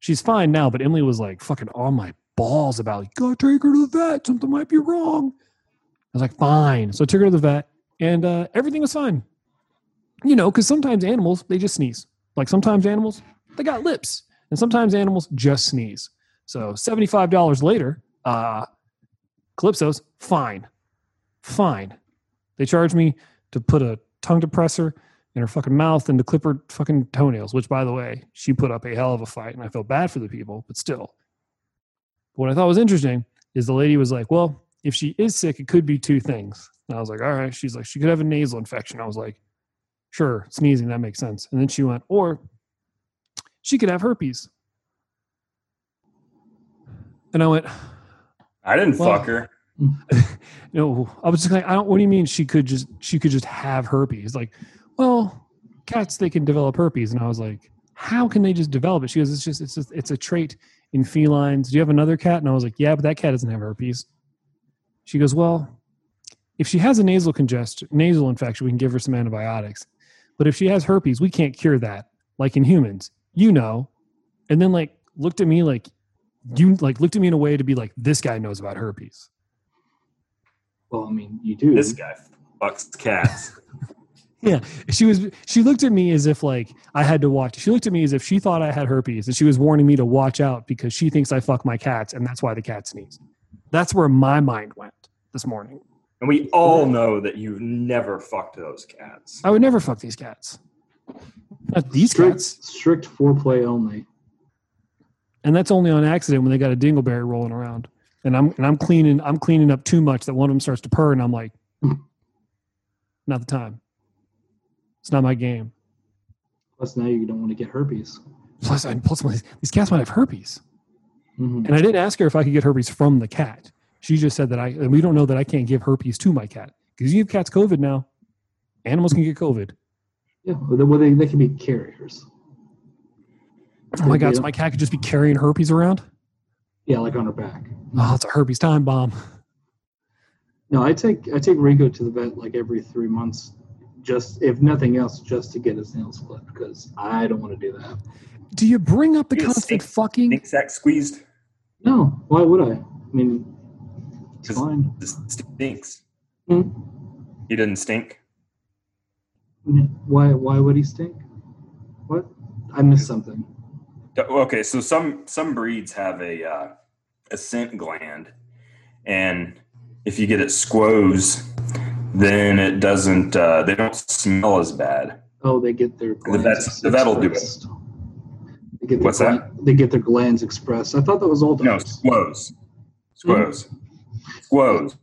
Speaker 2: She's fine now, but Emily was like fucking on my balls about, you gotta take her to the vet. Something might be wrong. I was like, fine. So I took her to the vet and uh, everything was fine. You know, because sometimes animals, they just sneeze. Like sometimes animals, they got lips, and sometimes animals just sneeze. So $75 later, uh, Calypso's fine. Fine. They charged me to put a tongue depressor in her fucking mouth and to clip her fucking toenails, which by the way, she put up a hell of a fight and I felt bad for the people, but still. What I thought was interesting is the lady was like, Well, if she is sick, it could be two things. And I was like, All right. She's like, She could have a nasal infection. I was like, Sure, sneezing, that makes sense. And then she went, Or she could have herpes. And I went,
Speaker 1: I didn't
Speaker 2: Well-
Speaker 1: fuck her.
Speaker 2: no i was just like i don't what do you mean she could just she could just have herpes like well cats they can develop herpes and i was like how can they just develop it she goes it's just it's just it's a trait in felines do you have another cat and i was like yeah but that cat doesn't have herpes she goes well if she has a nasal congestion nasal infection we can give her some antibiotics but if she has herpes we can't cure that like in humans you know and then like looked at me like you like looked at me in a way to be like this guy knows about herpes
Speaker 3: Well, I mean, you do.
Speaker 1: This guy fucks cats.
Speaker 2: she was she looked at me as if like I had to watch. She looked at me as if she thought I had herpes and she was warning me to watch out because she thinks I fuck my cats and that's why the cat sneezed. That's where my mind went this morning.
Speaker 1: and we all know that you've never fucked those cats.
Speaker 2: I would never fuck these cats. Not these
Speaker 3: strict,
Speaker 2: cats.
Speaker 3: strict foreplay only.
Speaker 2: And that's only on accident when they got a dingleberry rolling around. And I'm and I'm cleaning I'm cleaning up too much that one of them starts to purr and I'm like not the time. It's not my game.
Speaker 3: Plus, now you don't want to get herpes.
Speaker 2: Plus I plus these these cats might have herpes.
Speaker 3: Mhm.
Speaker 2: And I didn't ask her if I could get herpes from the cat. She just said that I, and we don't know that I can't give herpes to my cat because you have cats COVID now. Animals can get COVID.
Speaker 3: Yeah, well, they- well, they, they can be carriers.
Speaker 2: Oh my God, so
Speaker 3: Yeah.
Speaker 2: my cat could just be carrying herpes around?
Speaker 3: Yeah, like on her back.
Speaker 2: Oh, it's a herpes time bomb.
Speaker 3: No, I take I take Ringo to the vet like every three months, just if nothing else, just to get his nails clipped because I don't want to do that.
Speaker 2: Do you bring up the
Speaker 1: You
Speaker 2: constant
Speaker 1: think-
Speaker 2: fucking?
Speaker 1: Think sack squeezed?
Speaker 3: No, why would I? I mean, it's
Speaker 1: Just-
Speaker 3: fine.
Speaker 1: Just stinks.
Speaker 3: Hmm.
Speaker 1: He didn't stink.
Speaker 3: I mean, Why why would he stink? What? I missed something.
Speaker 1: Okay, so some some breeds have a uh, a scent gland, and if you get it squoze, then it doesn't. Uh, they don't smell as bad.
Speaker 3: Oh, they get their glands.
Speaker 1: vet's- the vet'll do it.
Speaker 3: expressed. They get their
Speaker 1: What's
Speaker 3: glan- They get their glands expressed. I thought that was all
Speaker 1: No,
Speaker 3: dogs.
Speaker 1: squoze, squoze,
Speaker 2: Mm-hmm.
Speaker 1: squoze.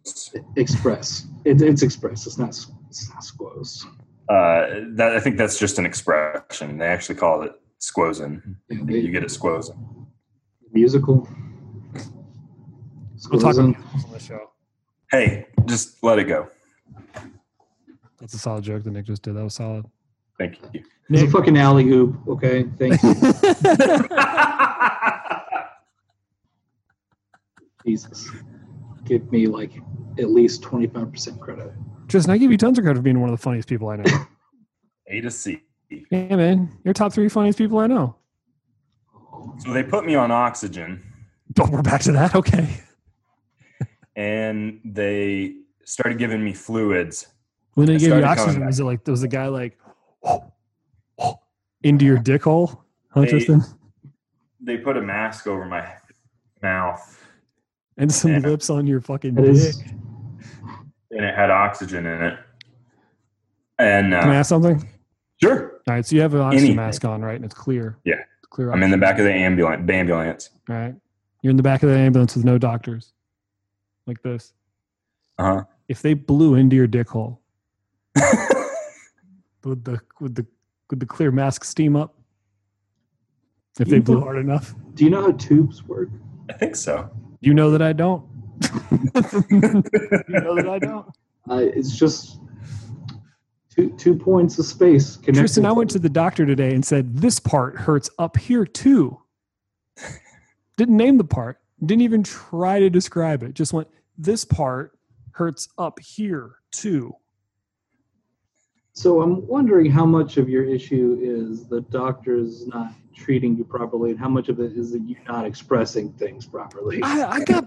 Speaker 3: Express. It, it's express. It's not. s- It's not squoze.
Speaker 1: Uh, that I think that's just an expression. They actually call it squozing.
Speaker 3: Yeah, they-
Speaker 1: You get it squozing.
Speaker 3: musical.
Speaker 2: We'll talk
Speaker 3: Squozen.
Speaker 2: about animals on the show.
Speaker 1: Hey, just let it go.
Speaker 2: That's a solid joke that Nick just did. That was solid.
Speaker 1: Thank you.
Speaker 3: It's a
Speaker 2: Nick.
Speaker 3: fucking alley oop. Okay, thank you, Jesus. Give me like at least 25% credit.
Speaker 2: Tristan, I give you tons of credit for being one of the funniest people I know.
Speaker 1: A to C.
Speaker 2: yeah, man, you're top three funniest people I know.
Speaker 1: So they put me on oxygen
Speaker 2: But Oh, we're back to that. Okay.
Speaker 1: and they started giving me fluids.
Speaker 2: When they
Speaker 1: I
Speaker 2: gave you
Speaker 1: started
Speaker 2: oxygen,
Speaker 1: coming
Speaker 2: was it like was the guy like into your dick hole? Huh,
Speaker 1: They-
Speaker 2: Tristan?
Speaker 1: They put a mask over my mouth
Speaker 2: And some
Speaker 1: yeah.
Speaker 2: lips on your fucking
Speaker 3: That
Speaker 2: dick.
Speaker 3: is-
Speaker 1: and it had oxygen in it. And
Speaker 2: Can I
Speaker 1: uh,
Speaker 2: ask something?
Speaker 1: sure,
Speaker 2: All right, so you have an oxygen
Speaker 1: Anything.
Speaker 2: mask on, right? And it's clear.
Speaker 1: Yeah.
Speaker 2: It's clear.
Speaker 1: I'm in the back of the ambulance. Ambulance.
Speaker 2: All right. You're in the back of the ambulance with no doctors. Like this.
Speaker 1: Uh
Speaker 2: If they blew into your dick hole,
Speaker 1: huh.
Speaker 2: would the would the would the clear mask steam up? If
Speaker 3: You
Speaker 2: they blew
Speaker 3: don't-
Speaker 2: hard enough.
Speaker 3: Do you know how tubes work?
Speaker 1: I think so.
Speaker 2: You know that I don't. you know that I don't.
Speaker 3: Uh, it's just two two points of space connected.
Speaker 2: Tristan, I went to the doctor today and said this part hurts up here too. Didn't name the part. Didn't even try to describe it. Just went this part hurts up here too.
Speaker 3: So I'm wondering how much of your issue is the doctor's not treating you properly, and how much of it is that you're not expressing things properly.
Speaker 2: I, I got,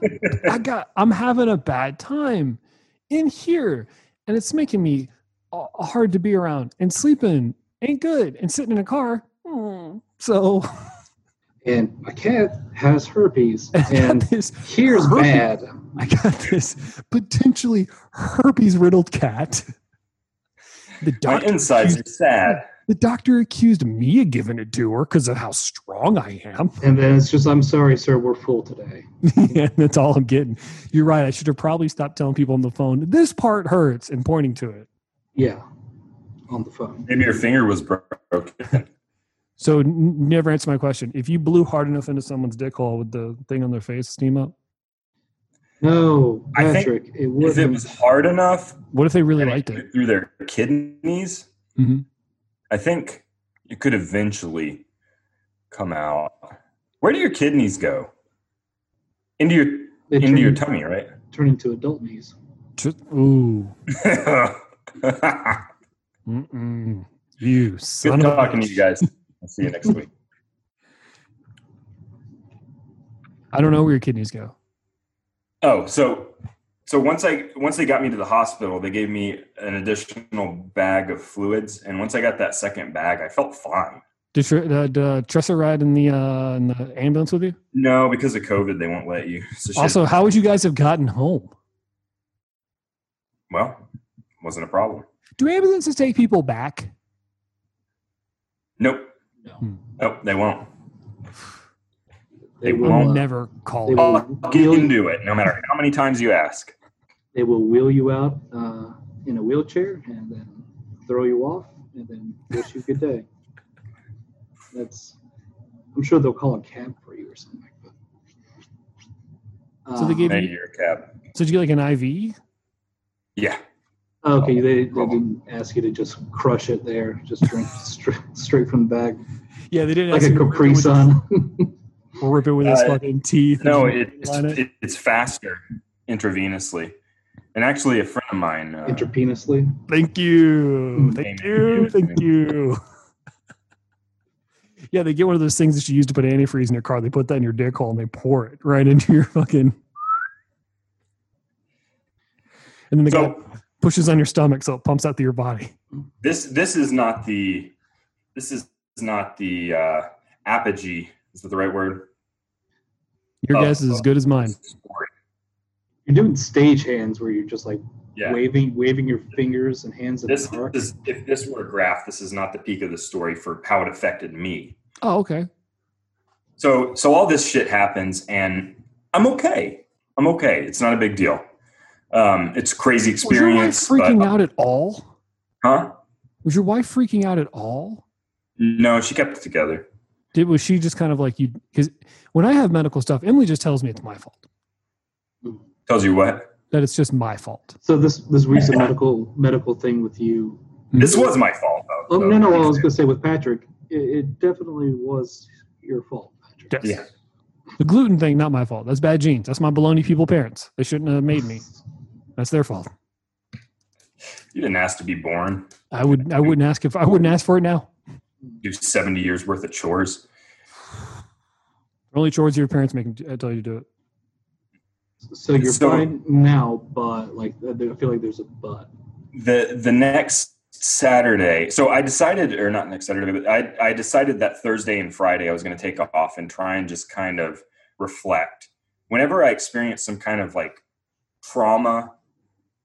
Speaker 2: I got, I'm having a bad time in here, and it's making me uh, hard to be around. And sleeping ain't good. And sitting in a car, hmm. so
Speaker 3: And my cat has herpes,
Speaker 2: I got
Speaker 3: and
Speaker 2: this
Speaker 3: here's
Speaker 2: Herpes?
Speaker 3: bad.
Speaker 2: I got this potentially herpes riddled cat. The
Speaker 1: My
Speaker 2: doctor,
Speaker 1: insides
Speaker 2: accused,
Speaker 1: are sad.
Speaker 2: the doctor accused me of giving it to her because of how strong I am.
Speaker 3: And then it's just, I'm sorry, sir, we're full today.
Speaker 2: yeah, that's all I'm getting. You're right. I should have probably stopped telling people on the phone, this part hurts, and pointing to it.
Speaker 3: Yeah, on the phone.
Speaker 1: Maybe your finger was bro- broken.
Speaker 2: So, n- never answer my question. If you blew hard enough into someone's dick hole, would the thing on their face steam up?
Speaker 3: No,
Speaker 1: I think
Speaker 3: Patrick, it
Speaker 1: if it
Speaker 3: wouldn't.
Speaker 1: was hard enough,
Speaker 2: What if they really
Speaker 1: and
Speaker 2: liked
Speaker 1: it
Speaker 2: it?
Speaker 1: through their kidneys.
Speaker 2: Mhm.
Speaker 1: I think it could eventually come out. Where do your kidneys go? Into your
Speaker 3: They
Speaker 1: into your
Speaker 3: turn,
Speaker 1: tummy, right?
Speaker 3: turn into adult knees.
Speaker 2: Tr- Ooh.
Speaker 1: Good
Speaker 2: Mm-mm. You son of a
Speaker 1: talking to
Speaker 2: bitch.
Speaker 1: you guys. I'll see you next week.
Speaker 2: I don't know where your kidneys go.
Speaker 1: Oh, so so once I once they got me to the hospital, they gave me an additional bag of fluids, and once I got that second bag, I felt fine.
Speaker 2: Did, Tr- uh, did uh, Tressa ride in the uh, in the ambulance with you?
Speaker 1: No, because of COVID, they won't let you. So shit.
Speaker 2: Also, how would you guys have gotten home?
Speaker 1: well, wasn't a problem.
Speaker 2: Do ambulances take people back?
Speaker 1: Nope.
Speaker 2: Hmm.
Speaker 1: Nope, they won't. They
Speaker 3: will,
Speaker 1: won't.
Speaker 2: I'll
Speaker 3: uh,
Speaker 2: never
Speaker 3: they
Speaker 2: call.
Speaker 3: will-
Speaker 2: it.
Speaker 1: I'll get into it, no matter how many times you ask.
Speaker 3: They will wheel you out uh, in a wheelchair and then throw you off and then wish you good day. That's, I'm sure they'll call a cab for you or something like that.
Speaker 2: So they
Speaker 3: Uh,
Speaker 2: gave
Speaker 1: Maybe your cab.
Speaker 2: So did you get like an IV?
Speaker 1: Yeah.
Speaker 3: uh, Okay, they, they
Speaker 1: Problem.
Speaker 3: didn't ask you to just crush it there, just drink straight, straight from the bag,
Speaker 2: Yeah, they didn't.
Speaker 3: like
Speaker 2: ask
Speaker 3: a
Speaker 2: you to rip it
Speaker 3: Capri
Speaker 2: with-
Speaker 3: Sun.
Speaker 2: Rip it with his
Speaker 1: Uh,
Speaker 2: fucking teeth.
Speaker 1: No,
Speaker 2: and
Speaker 1: it, it's,
Speaker 2: line
Speaker 1: it, it's faster intravenously. And actually, a friend of mine. Uh,
Speaker 3: Intravenously.
Speaker 2: Thank you.
Speaker 3: Mm.
Speaker 2: Thank
Speaker 1: Amen.
Speaker 2: you.
Speaker 1: Amen.
Speaker 2: Thank you. yeah, they get one of those things that you use to put antifreeze in your car. They put that in your dick hole and they pour it right into your fucking. And then the guy
Speaker 1: so
Speaker 2: pushes on your stomach so it pumps out through your body.
Speaker 1: this this is not the this is not the uh, apogee. Is that the right word?
Speaker 2: Your
Speaker 1: Oh,
Speaker 2: guess is as
Speaker 1: oh.
Speaker 2: good as mine.
Speaker 1: Story.
Speaker 3: You're doing stage hands where you're just like
Speaker 1: Yeah.
Speaker 3: waving, waving your fingers and hands in
Speaker 1: This
Speaker 3: the air.
Speaker 1: is if this were a graph, this is not the peak of the story for how it affected me.
Speaker 2: Oh, okay.
Speaker 1: So so all this shit happens, and I'm okay. I'm okay. It's not a big deal. Um, it's a crazy
Speaker 2: Was your wife
Speaker 1: experience.
Speaker 2: freaking
Speaker 1: but,
Speaker 2: out at all?
Speaker 1: Huh?
Speaker 2: Was your wife freaking out at all?
Speaker 1: No, she kept it together.
Speaker 2: Did was she just kind of like you? Because when I have medical stuff, Emily just tells me it's my fault.
Speaker 1: Tells you what.
Speaker 2: That it's just my fault.
Speaker 3: So this this recent medical medical thing with you.
Speaker 1: This was my fault, though.
Speaker 3: Oh
Speaker 1: so-
Speaker 3: no, no. I was gonna say with Patrick, it, it definitely was your fault, Patrick.
Speaker 2: Yes.
Speaker 1: Yeah.
Speaker 2: The gluten thing, not my fault. That's bad genes. That's my baloney people parents. They shouldn't have made me. That's their fault.
Speaker 1: You didn't ask to be born.
Speaker 2: I would I wouldn't ask if I wouldn't ask for it now.
Speaker 1: Do 70 years worth of chores.
Speaker 2: Only chores your parents make them tell you to do it.
Speaker 3: So you're
Speaker 1: So-
Speaker 3: fine now, but like I feel like there's a but.
Speaker 1: the the next Saturday, so I decided, or not next Saturday, but I I decided that Thursday and Friday I was going to take off and try and just kind of reflect. Whenever I experience some kind of like trauma,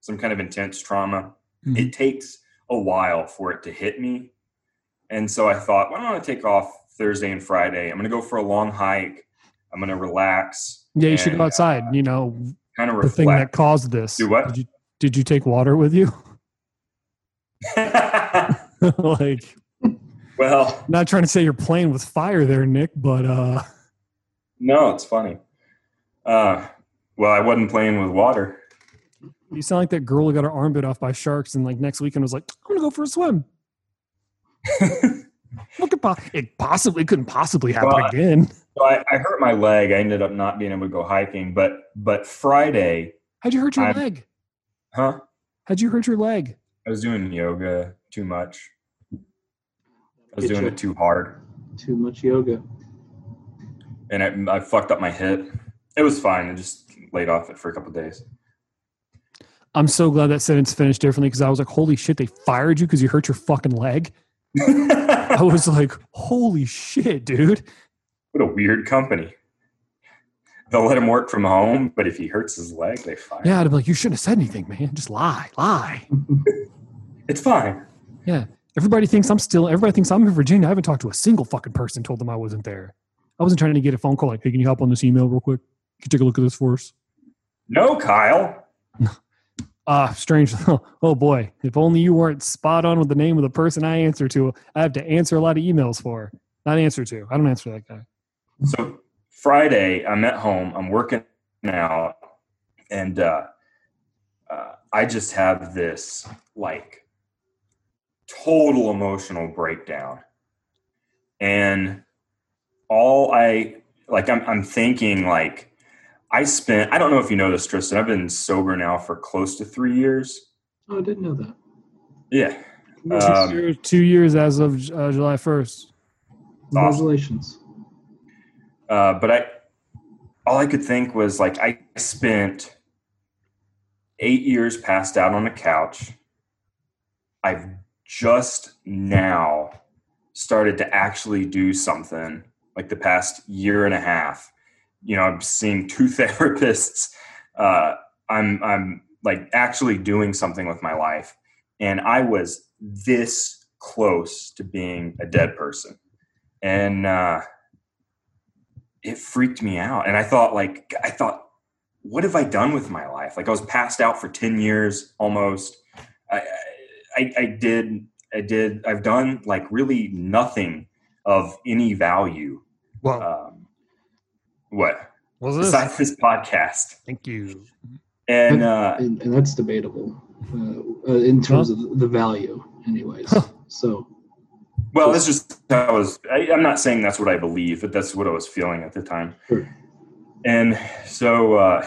Speaker 1: some kind of intense trauma,
Speaker 2: Mhm.
Speaker 1: it takes a while for it to hit me. And so I thought, why don't I take off Thursday and Friday? I'm going to go for a long hike. I'm going to relax.
Speaker 2: Yeah, you should
Speaker 1: and,
Speaker 2: go outside.
Speaker 1: uh,
Speaker 2: You know
Speaker 1: kind of
Speaker 2: the thing that
Speaker 1: reflect.
Speaker 2: caused this.
Speaker 1: Do what?
Speaker 2: Did you, did you take water with you? like
Speaker 1: well,
Speaker 2: not trying to say you're playing with fire there, Nick, but uh
Speaker 1: No, it's funny. Uh, well, I wasn't playing with water.
Speaker 2: you sound like that girl who got her arm bit off by sharks and like next weekend was like, I'm gonna go for a swim. Look at po- it possibly it couldn't possibly happen
Speaker 1: Well, I-
Speaker 2: again.
Speaker 1: So I, I hurt my leg. I ended up not being able to go hiking. But but Friday,
Speaker 2: How'd you hurt your
Speaker 1: I'm-
Speaker 2: leg?
Speaker 1: huh?
Speaker 2: How'd you hurt your leg?
Speaker 1: I was doing yoga too much. I was
Speaker 3: Get
Speaker 1: doing
Speaker 3: you
Speaker 1: it too hard,
Speaker 3: too much yoga.
Speaker 1: and I, I fucked up my hip. It was fine. I just laid off it for a couple days.
Speaker 2: I'm so glad that sentence finished differently because I was like, holy shit, they fired you because you hurt your fucking leg. I
Speaker 1: what
Speaker 2: was like, holy shit, dude.
Speaker 1: a weird company. They'll let him work from home, but if he hurts his leg, they fire. him.
Speaker 2: Yeah, I'd be like, you shouldn't have said anything, man. Just lie, lie.
Speaker 1: It's fine.
Speaker 2: Everybody thinks I'm still, everybody thinks I'm in Virginia. I haven't talked to a single fucking person, told them I wasn't there. I wasn't trying to get a phone call like, hey, can you hop on this email real quick? Can you take a look at this for us?
Speaker 1: No, Kyle.
Speaker 2: Ah, strange. oh boy. If only you weren't spot on with the name of the person I answer to, I have to answer a lot of emails for. Not answer to. I don't answer that guy.
Speaker 1: So Friday, I'm at home. I'm working out, and uh, uh, I just have this like total emotional breakdown, and all I like, I'm I'm thinking like I spent. I don't know if you know this, Tristan. I've been sober now for close to three years.
Speaker 3: Oh, I didn't know that.
Speaker 1: Yeah,
Speaker 2: two,
Speaker 1: Um,
Speaker 2: years, two years as of uh, July 1st.
Speaker 3: Congratulations.
Speaker 1: uh, but I all I could think was like I spent eight years passed out on a couch. I've just now started to actually do something like the past year and a half. You know, I'm seeing two therapists. Uh, I'm I'm like actually doing something with my life, and I was this close to being a dead person, and. Uh, it freaked me out and i thought like i thought what have i done with my life like i was passed out for 10 years almost i i, I did i did i've done like really nothing of any value
Speaker 2: Well,
Speaker 1: um what
Speaker 2: was
Speaker 1: besides this podcast
Speaker 2: Thank you.
Speaker 1: and uh
Speaker 3: and, and that's debatable uh, uh, in terms of the value, anyways.
Speaker 2: Huh.
Speaker 3: So
Speaker 1: well that's just how i was I, i'm not saying that's what i believe but that's what i was feeling at the time
Speaker 3: Sure.
Speaker 1: and so uh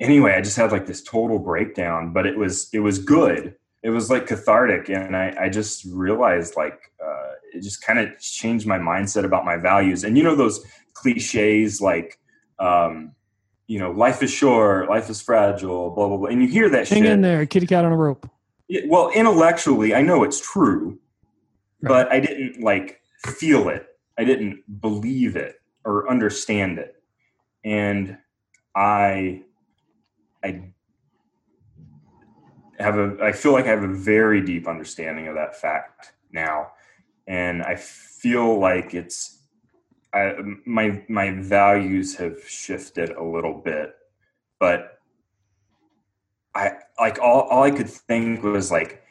Speaker 1: anyway i just had like this total breakdown but it was it was good it was like cathartic and i i just realized like uh it just kind of changed my mindset about my values and you know those cliches like um you know life is short life is fragile blah blah blah and you hear that
Speaker 2: Hang
Speaker 1: shit
Speaker 2: in there, kitty cat on a rope.
Speaker 1: yeah, well, intellectually, I know it's true,
Speaker 2: Right.
Speaker 1: but I didn't like feel it. I didn't believe it or understand it, and I, I have a. I feel like I have a very deep understanding of that fact now, and I feel like it's. I, my my values have shifted a little bit, but I like all, all I could think was like,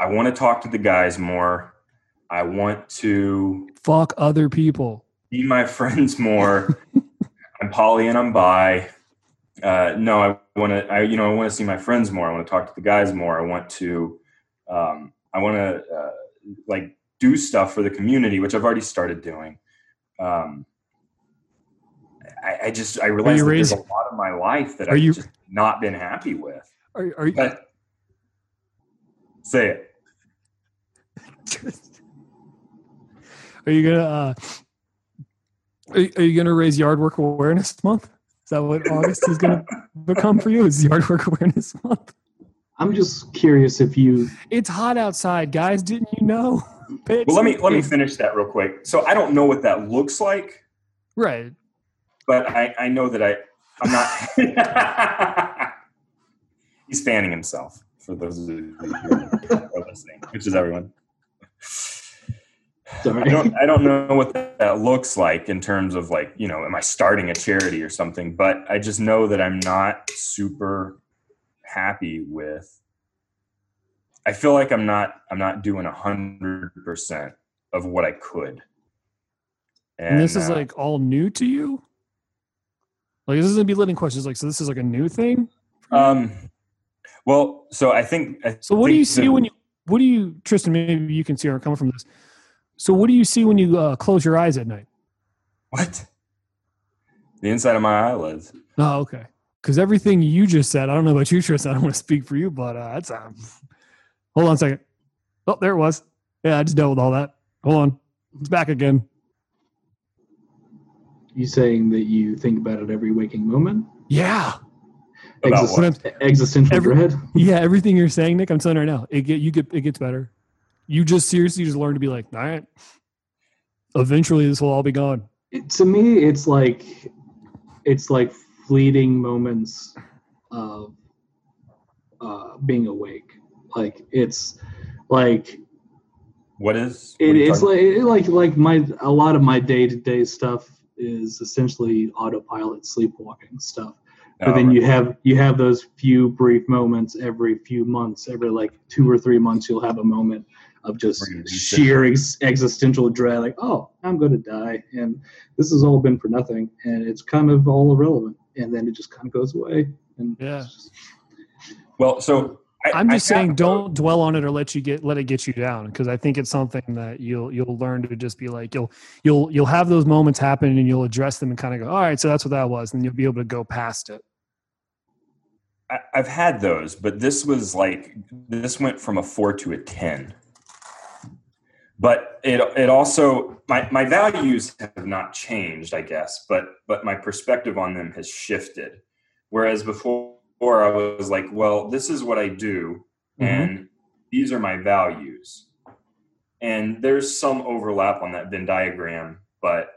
Speaker 1: I want to talk to the guys more. I want to
Speaker 2: Fuck other people.
Speaker 1: be my friends more. I'm poly and I'm bi. Uh, no, I want to. I you know I want to see my friends more. I want to talk to the guys more. I want to. Um, I want to uh, like do stuff for the community, which I've already started doing. Um, I, I just I realized that there's a
Speaker 2: raising-
Speaker 1: lot of my life that
Speaker 2: Are
Speaker 1: I've
Speaker 2: you-
Speaker 1: just not been happy with.
Speaker 2: Are, are you?
Speaker 1: But say it.
Speaker 2: Are you gonna? Uh, are, you- are you gonna raise yard work awareness month? Is that what August is gonna become for you? Is yard work awareness month?
Speaker 3: I'm just curious if you.
Speaker 2: It's hot outside, guys. Didn't you know? Pay
Speaker 1: Well, let me let me
Speaker 2: attention.
Speaker 1: finish that real quick. So I don't know what that looks like,
Speaker 2: Right.
Speaker 1: but I, I know that I I'm not. He's fanning himself for those of you who are listening, which is everyone. I
Speaker 3: Sorry.
Speaker 1: don't I don't know what that looks like in terms of like you know am I starting a charity or something, but I just know that I'm not super happy with. I feel like I'm not I'm not doing a hundred percent of what I could.
Speaker 2: And this is
Speaker 1: uh,
Speaker 2: like all new to you. Like this is gonna be living questions. Like so, this is like a new thing.
Speaker 1: um, well, so I think I
Speaker 2: So what do
Speaker 1: think
Speaker 2: you see
Speaker 1: that-
Speaker 2: when you? What do you, Tristan? Maybe you can see where I'm coming from this. So what do you see when you uh, close your eyes at night?
Speaker 1: what the inside of my eyelids?
Speaker 2: Oh, okay. Because everything you just said, I don't know about you, Tristan. I don't want to speak for you, but uh, that's. Um, hold on a second. Oh, there it was. Yeah, I just dealt with all that. Hold on, it's back again.
Speaker 3: You saying that you think about it every waking moment?
Speaker 2: Yeah,
Speaker 1: About
Speaker 3: Exist-
Speaker 1: what?
Speaker 3: Existential
Speaker 2: Every-
Speaker 3: dread.
Speaker 2: yeah. Everything you're saying, Nick, I'm telling you right now, it get you get it gets better. You just seriously just learn to be like, all right. Eventually, this will all be gone.
Speaker 3: It, to me, it's like it's like fleeting moments of uh, being awake. Like it's like
Speaker 1: What is? what
Speaker 3: It,
Speaker 1: are you
Speaker 3: it's
Speaker 1: talking-
Speaker 3: like it, like like my a lot of my day to day stuff is essentially autopilot sleepwalking stuff. But
Speaker 1: Oh,
Speaker 3: then
Speaker 1: right.
Speaker 3: you have you have those few brief moments every few months, every like two or three months, you'll have a moment of just
Speaker 1: Where you reset.
Speaker 3: sheer ex- existential dread, like oh, I'm going to die, and this has all been for nothing, and it's kind of all irrelevant, and then it just kind of goes away. And
Speaker 2: Yeah.
Speaker 1: well, so I,
Speaker 2: I'm
Speaker 1: I
Speaker 2: just saying,
Speaker 1: have-
Speaker 2: don't dwell on it or let you get let it get you down because I think it's something that you'll you'll learn to just be like you'll you'll you'll have those moments happen and you'll address them and kind of go, all right, so that's what that was, and you'll be able to go past it.
Speaker 1: I, I've had those, but this was like this went from a four to a ten. But it it also my my values have not changed, I guess, but but my perspective on them has shifted. Whereas before I was like, well, this is what I do,
Speaker 3: Mm-hmm.
Speaker 1: and these are my values. And there's some overlap on that Venn diagram, but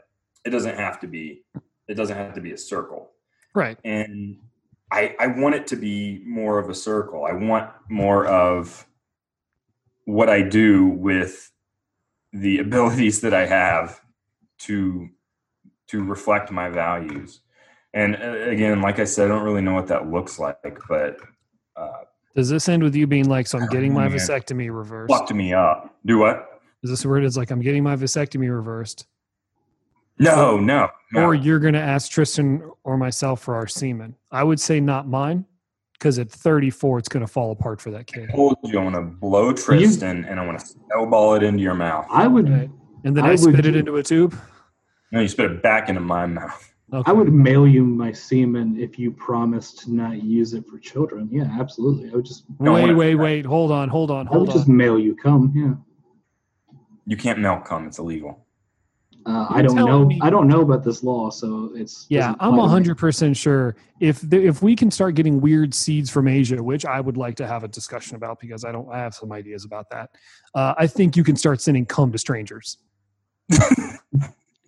Speaker 1: it doesn't have to be. It doesn't have to be a circle
Speaker 2: Right.
Speaker 1: and I, I want it to be more of a circle. I want more of what I do with the abilities that I have to to reflect my values. And uh, again, like I said, I don't really know what that looks like, but uh,
Speaker 2: Does this end with you being like, so I'm getting my
Speaker 1: Yeah.
Speaker 2: vasectomy reversed?
Speaker 1: fucked me up. Do what?
Speaker 2: Is this where it's like I'm getting my vasectomy reversed,
Speaker 1: No, no, no.
Speaker 2: or you're going to ask Tristan or myself for our semen? I would say not mine because at 34, it's going to fall apart for that kid.
Speaker 1: I told you I want to blow Tristan and I want to snowball it into your mouth.
Speaker 3: I would
Speaker 2: Right. And then I,
Speaker 3: I would
Speaker 2: spit it
Speaker 3: do-
Speaker 2: into a tube.
Speaker 1: No, you spit it back into my mouth.
Speaker 2: Okay.
Speaker 3: I would mail you my semen if you promised to not use it for children. Yeah, absolutely. I would just
Speaker 1: don't
Speaker 2: wait,
Speaker 1: wanna-
Speaker 2: wait, wait. Hold on, hold on,
Speaker 3: I would
Speaker 2: hold on.
Speaker 3: just mail you cum. Yeah.
Speaker 1: You can't milk cum; it's illegal.
Speaker 3: Uh,
Speaker 2: You're
Speaker 3: I don't
Speaker 2: telling
Speaker 3: know.
Speaker 2: me-
Speaker 3: I don't know about this law, so it's
Speaker 2: Yeah,
Speaker 3: doesn't
Speaker 2: I'm
Speaker 3: apply to me.
Speaker 2: 100% sure if the, if we can start getting weird seeds from Asia, which I would like to have a discussion about because I don't I have some ideas about that. Uh, I think you can start sending cum to strangers.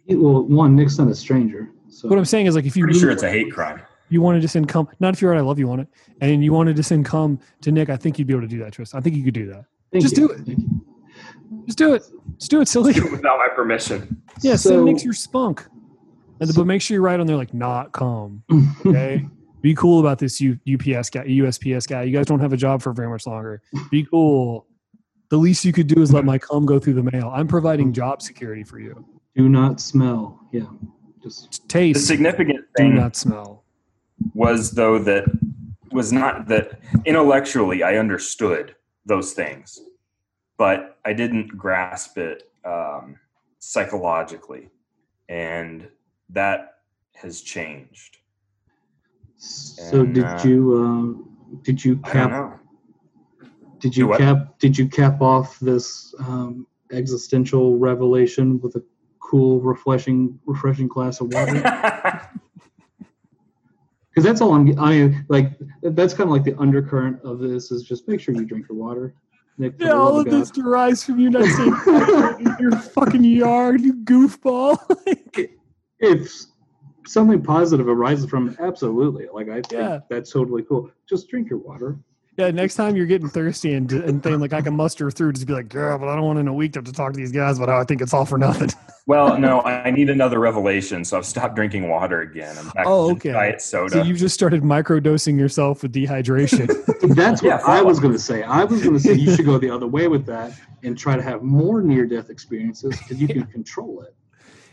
Speaker 3: He- Well, one Nick's not a stranger, so
Speaker 2: What I'm saying is like if you
Speaker 1: Pretty
Speaker 2: really-
Speaker 1: sure it's a hate crime.
Speaker 2: you wanted to send cum, not if you're at I love you on it, and you wanted to send cum to Nick, I think you'd be able to do that, Tristan. I think you could do that.
Speaker 3: Thank
Speaker 2: just
Speaker 3: you.
Speaker 2: do it.
Speaker 3: Thank you.
Speaker 2: Just do it. Just do it, silly.
Speaker 1: Without my permission.
Speaker 2: Yeah,
Speaker 3: So-
Speaker 2: send Nick your spunk. And but make sure you write on there like not cum. okay be cool about this U- ups guy usps guy you guys don't have a job for very much longer be cool the least you could do is let my cum go through the mail i'm providing job security for you
Speaker 3: do not smell. Yeah, just
Speaker 1: The
Speaker 2: taste
Speaker 1: significant
Speaker 2: do
Speaker 1: thing
Speaker 2: not smell
Speaker 1: was though that was not that intellectually I understood those things, but I didn't grasp it um, psychologically, and that has changed.
Speaker 3: so.
Speaker 1: And,
Speaker 3: did
Speaker 1: uh,
Speaker 3: you? Um, Did you
Speaker 1: I don't
Speaker 3: cap?
Speaker 1: know.
Speaker 3: Did you
Speaker 1: Do what?
Speaker 3: cap? Did you cap off this um, existential revelation with a cool, refreshing, refreshing glass of water? because that's all I'm. I mean, like that's kind of like the undercurrent of this is just make sure you drink your water. Nick, for
Speaker 2: Yeah,
Speaker 3: the love
Speaker 2: all of
Speaker 3: God.
Speaker 2: this derives from you not saying in your fucking yard, you goofball.
Speaker 3: If s- something positive arises from it, absolutely. Like I think
Speaker 2: Yeah.
Speaker 3: that's totally cool. Just drink your water.
Speaker 2: yeah, next time you're getting thirsty and, and thing like I can muster through, just be like, girl, but I don't want in a week to have to talk to these guys about how I think it's all for nothing.
Speaker 1: well, no, I I need another revelation, so I've stopped drinking water again. I'm back
Speaker 2: Oh,
Speaker 1: to
Speaker 2: okay.
Speaker 1: diet soda.
Speaker 2: So you just started microdosing yourself with dehydration.
Speaker 3: That's what
Speaker 1: Yeah,
Speaker 3: I was
Speaker 1: follow.
Speaker 3: going to say. I was going to say you should go the other way with that and try to have more near-death experiences because you can control it.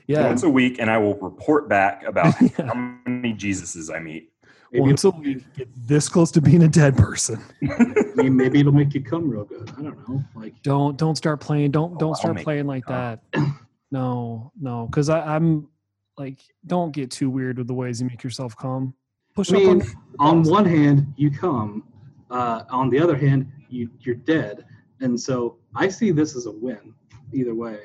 Speaker 2: yeah.
Speaker 1: Once a week, and I will report back about
Speaker 2: Yeah.
Speaker 1: how many Jesuses I meet.
Speaker 3: Maybe,
Speaker 2: Once a week, get this close to being a dead person.
Speaker 3: I mean, maybe it'll make you come real good. I don't know. Like
Speaker 2: Don't don't start playing.
Speaker 3: Oh,
Speaker 2: Don't
Speaker 1: I'll
Speaker 2: don't start
Speaker 1: make
Speaker 2: playing like
Speaker 1: it
Speaker 2: that. No, no, because I'm like, don't get too weird with the ways you make yourself calm. Push
Speaker 3: I
Speaker 2: up on
Speaker 3: mean, on one hand, you come. Uh, on the other hand, you, you're dead. And so I see this as a win either way.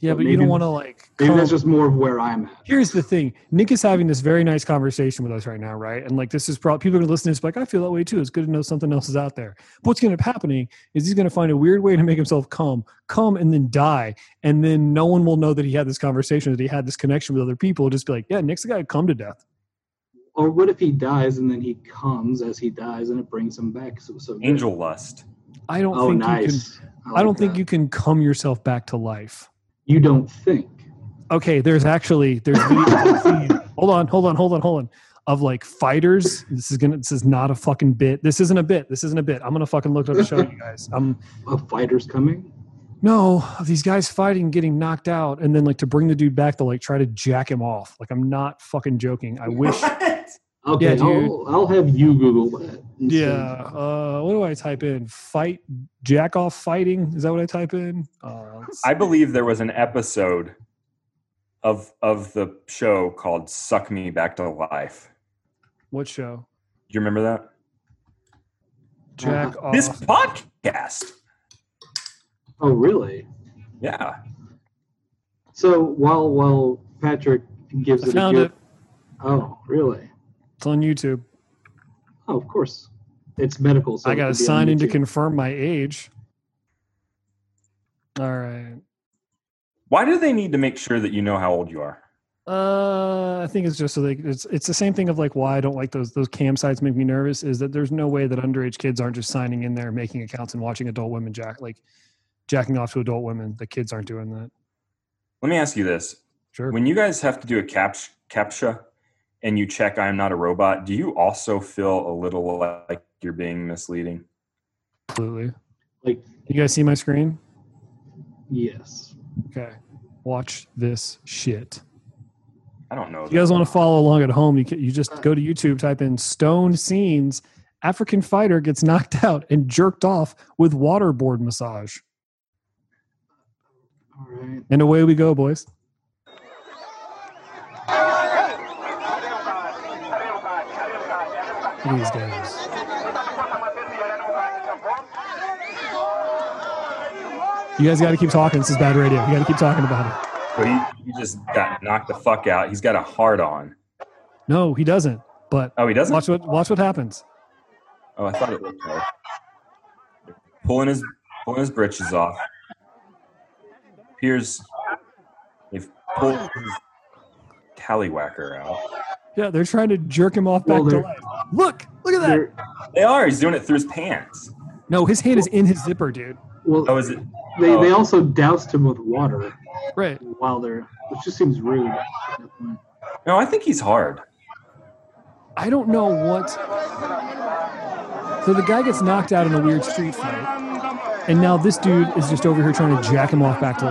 Speaker 2: Yeah,
Speaker 3: But
Speaker 2: but you don't
Speaker 3: maybe-
Speaker 2: want to like.
Speaker 3: Maybe
Speaker 2: come-
Speaker 3: that's just more of where I'm at.
Speaker 2: Here's the thing: Nick is having this very nice conversation with us right now, right? And like, this is probably people are gonna listen to this, like, I feel that way too. It's good to know something else is out there. But what's gonna end up happening is he's gonna find a weird way to make himself calm, come, and then die, and then no one will know that he had this conversation, that he had this connection with other people. Just be like, yeah, Nick's the guy who come to death.
Speaker 3: Or what if he dies and then he comes as he dies and it brings him back? So, so good?
Speaker 1: Angel lust.
Speaker 2: I don't
Speaker 3: Oh,
Speaker 2: think you can.
Speaker 3: nice.
Speaker 2: I don't think you can come yourself back to life.
Speaker 3: You don't think.
Speaker 2: okay there's actually there's hold on hold on hold on hold on of like fighters this is gonna this is not a fucking bit this isn't a bit this isn't a bit i'm gonna fucking look it up to show you guys um
Speaker 3: A fighter's coming.
Speaker 2: no of these guys fighting getting knocked out and then like to bring the dude back to like try to jack him off like i'm not fucking joking i wish
Speaker 3: Okay,
Speaker 2: dude.
Speaker 3: I'll, I'll have you Google that. instead.
Speaker 2: yeah uh what do i type in fight jack off fighting is that what i type in uh, let's see.
Speaker 1: I believe there was an episode of of the show called "Suck Me Back to Life."
Speaker 2: what show
Speaker 1: Do you remember that?
Speaker 2: jack off
Speaker 1: This podcast.
Speaker 3: Oh, really?
Speaker 1: Yeah.
Speaker 3: So while while Patrick gives
Speaker 2: i
Speaker 3: it
Speaker 2: found
Speaker 3: a
Speaker 2: it
Speaker 3: good. Oh, really?
Speaker 2: it's on youtube
Speaker 3: Oh, of course. It's medical. So
Speaker 2: I
Speaker 3: it
Speaker 2: got to
Speaker 3: could be on
Speaker 2: sign in to
Speaker 3: YouTube.
Speaker 2: confirm my age. All right.
Speaker 1: Why do they need to make sure that you know how old you are?
Speaker 2: Uh, I think it's just so they it's it's the same thing of like why I don't like those those cam sites make me nervous is that there's no way that underage kids aren't just signing in there, making accounts, and watching adult women jack like jacking off to adult women. The kids aren't doing that.
Speaker 1: Let me ask you this:
Speaker 2: Sure.
Speaker 1: When you guys have to do a cap- captcha and you check "I'm not a robot," do you also feel a little like you're being misleading?
Speaker 2: Absolutely.
Speaker 3: Like,
Speaker 2: You guys see my screen?
Speaker 3: yes.
Speaker 2: Okay. Watch this shit.
Speaker 1: I don't know.
Speaker 2: If you guys want to follow along at home, you, can, you just go to YouTube, type in stone scenes, African fighter gets knocked out and jerked off with waterboard massage.
Speaker 3: All right.
Speaker 2: And away we go, boys. Look at These guys. You guys got to keep talking. This is bad radio. You got to keep talking about it.
Speaker 1: But he, he just got knocked the fuck out. He's got a hard on.
Speaker 2: No, he doesn't. But
Speaker 1: Oh, he doesn't.
Speaker 2: watch what watch what happens.
Speaker 1: Oh, I thought it looked hard. Pulling his pulling his britches off. Here's they've pulled his tallywhacker out.
Speaker 2: Yeah, they're trying to jerk him off back
Speaker 3: Well,
Speaker 2: to
Speaker 3: they're-
Speaker 2: life. Look, look at that.
Speaker 3: There-
Speaker 1: They are. He's doing it through his pants.
Speaker 2: No, his hand is in his zipper, dude.
Speaker 3: well,
Speaker 1: Oh, is it?
Speaker 3: they, they
Speaker 1: oh.
Speaker 3: also doused him with water
Speaker 2: Right.
Speaker 3: while they're, which just seems rude. at that point.
Speaker 1: No, I think he's hard.
Speaker 2: I don't know what. So the guy gets knocked out in a weird street fight, and now this dude is just over here trying to jack him off back to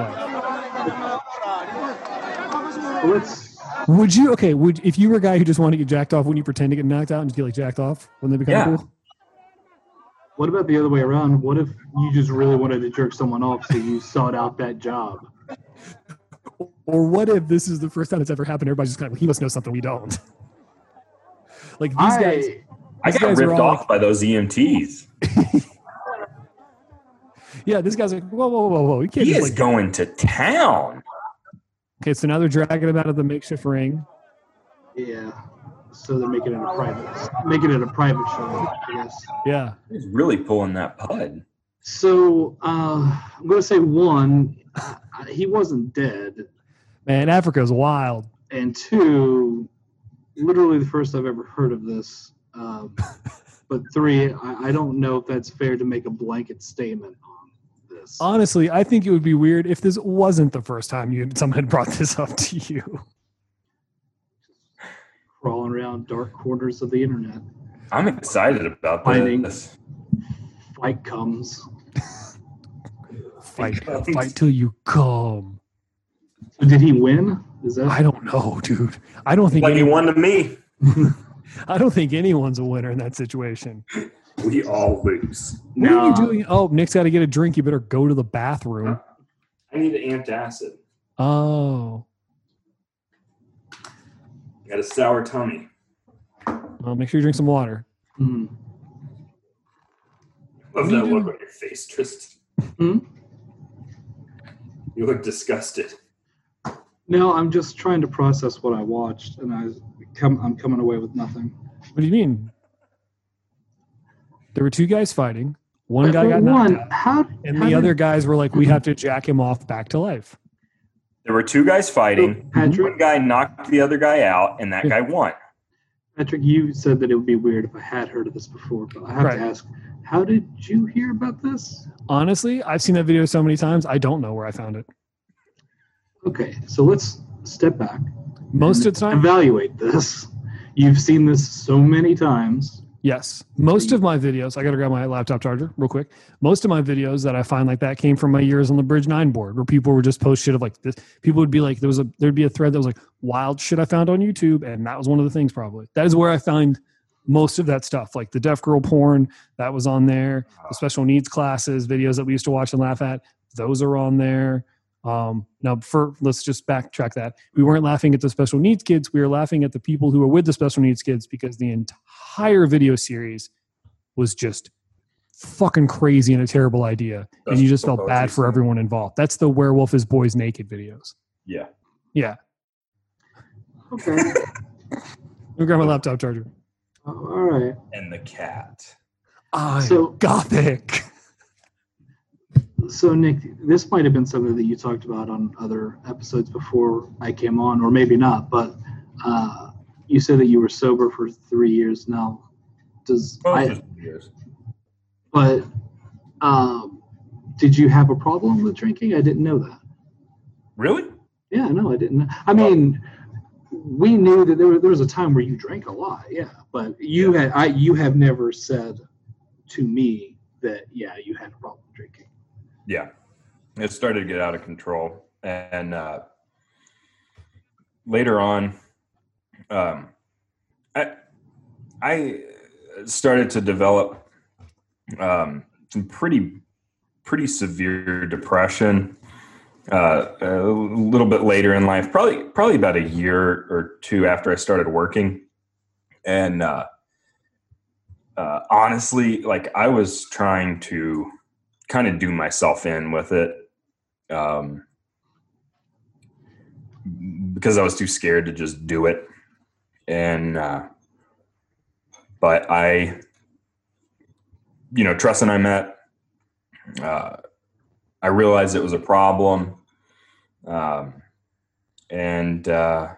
Speaker 2: life.
Speaker 3: Well, Let's,
Speaker 2: Would you? Okay, would if you were a guy who just wanted to get jacked off, wouldn't you pretend to get knocked out and just get like jacked off when they become
Speaker 1: Yeah.
Speaker 2: cool?
Speaker 3: what about the other way around? What if you just really wanted to jerk someone off so you sought out that job?
Speaker 2: Or what if this is the first time it's ever happened? Everybody's just kind of he must know something we don't. like these
Speaker 3: I,
Speaker 2: guys,
Speaker 1: I
Speaker 2: These
Speaker 1: got
Speaker 2: guys are
Speaker 1: ripped
Speaker 2: all
Speaker 1: off by those E EMTs.
Speaker 2: Yeah, this guy's like, whoa, whoa, whoa, whoa. You can't
Speaker 1: He
Speaker 2: just
Speaker 1: is
Speaker 2: like.
Speaker 1: going to town.
Speaker 2: Okay, so now they're dragging him out of the makeshift ring.
Speaker 3: Yeah. So they're making it a private, making it a private show, I guess.
Speaker 2: Yeah.
Speaker 1: He's really pulling that pud.
Speaker 3: So uh, I'm going to say one, uh, he wasn't dead,
Speaker 2: Man, Africa's wild.
Speaker 3: and two, literally the first I've ever heard of this. Um, but three, I, I don't know if that's fair to make a blanket statement on this.
Speaker 2: Honestly, I think it would be weird if this wasn't the first time you someone had brought this up to you.
Speaker 3: Crawling around dark corners of the internet,
Speaker 1: I'm excited about
Speaker 3: Finding-
Speaker 1: this.
Speaker 3: fight comes.
Speaker 2: Fight, fight till you come.
Speaker 3: So did he win? Is that
Speaker 2: I don't know, dude. I don't think
Speaker 1: Like he
Speaker 2: any,
Speaker 1: won to me.
Speaker 2: I don't think anyone's a winner in that situation.
Speaker 1: We all lose.
Speaker 2: What
Speaker 3: Nah.
Speaker 2: are you doing? Oh, Nick's got to get a drink. You better go to the bathroom.
Speaker 1: I need antacid.
Speaker 2: Oh,
Speaker 1: Got a sour tummy.
Speaker 2: well, make sure you drink some water.
Speaker 3: Hmm.
Speaker 1: Love
Speaker 2: What do you
Speaker 1: that
Speaker 2: do?
Speaker 1: look on your face, Tristan.
Speaker 3: Hmm?
Speaker 1: You look disgusted.
Speaker 3: No, I'm just trying to process what I watched, and I come. I'm coming away with nothing.
Speaker 2: What do you mean? There were two guys fighting. One guy
Speaker 3: But
Speaker 2: got knocked
Speaker 3: one.
Speaker 2: out,
Speaker 3: How?
Speaker 2: and
Speaker 3: how
Speaker 2: the
Speaker 3: did
Speaker 2: other guys were like, "We have to jack him off back to life."
Speaker 1: There were two guys fighting. One
Speaker 2: Oh,
Speaker 3: Patrick,
Speaker 1: guy knocked the other guy out, and that guy won.
Speaker 3: Patrick, you said that it would be weird if I had heard of this before, but I have
Speaker 2: Right.
Speaker 3: to ask, how did you hear about this?
Speaker 2: Honestly, I've seen that video so many times, I don't know where I found it.
Speaker 3: Okay, so let's step back.
Speaker 2: Most
Speaker 3: and
Speaker 2: of the time,
Speaker 3: evaluate this. You've seen this so many times.
Speaker 2: Yes. Most of my videos, I got to grab my laptop charger real quick. Most of my videos that I find like that came from my years on the Bridge 9 board where people were just post shit of like this. People would be like, there was a, there'd be a thread that was like wild shit I found on YouTube. And that was one of the things probably. That is where I find most of that stuff, like the deaf girl porn that was on there, the special needs classes, videos that we used to watch and laugh at. Those are on there. Um, now, for let's just backtrack that we weren't laughing at the special needs kids. We were laughing at the people who were with the special needs kids because the entire video series was just fucking crazy and a terrible idea, and you just felt bad for everyone involved. That's the werewolf is boys naked videos.
Speaker 1: Yeah.
Speaker 2: Yeah,
Speaker 3: Okay. uh,
Speaker 2: let me grab my laptop charger.
Speaker 3: All right.
Speaker 1: And the cat.
Speaker 2: I'm
Speaker 3: So-
Speaker 2: gothic.
Speaker 3: So, Nick, this might have been something that you talked about on other episodes before I came on, or maybe not, but uh, you said that you were sober for three years now. Does
Speaker 1: Oh,
Speaker 3: I, but um, did you have a problem with drinking? I didn't know that.
Speaker 1: Really?
Speaker 3: Yeah, no, I didn't. I mean, we knew that there, were- there was a time where you drank a lot. Yeah, but you had I you have never said to me that yeah you had a problem drinking.
Speaker 1: Yeah. It started to get out of control. And uh, later on, um, I, I started to develop um, some pretty, pretty severe depression uh, a little bit later in life, probably, probably about a year or two after I started working. And uh, uh, honestly, like I was trying to kind of do myself in with it um, because I was too scared to just do it. And, uh, but I, you know, Tress and I met. Uh, I realized it was a problem. Um, and uh,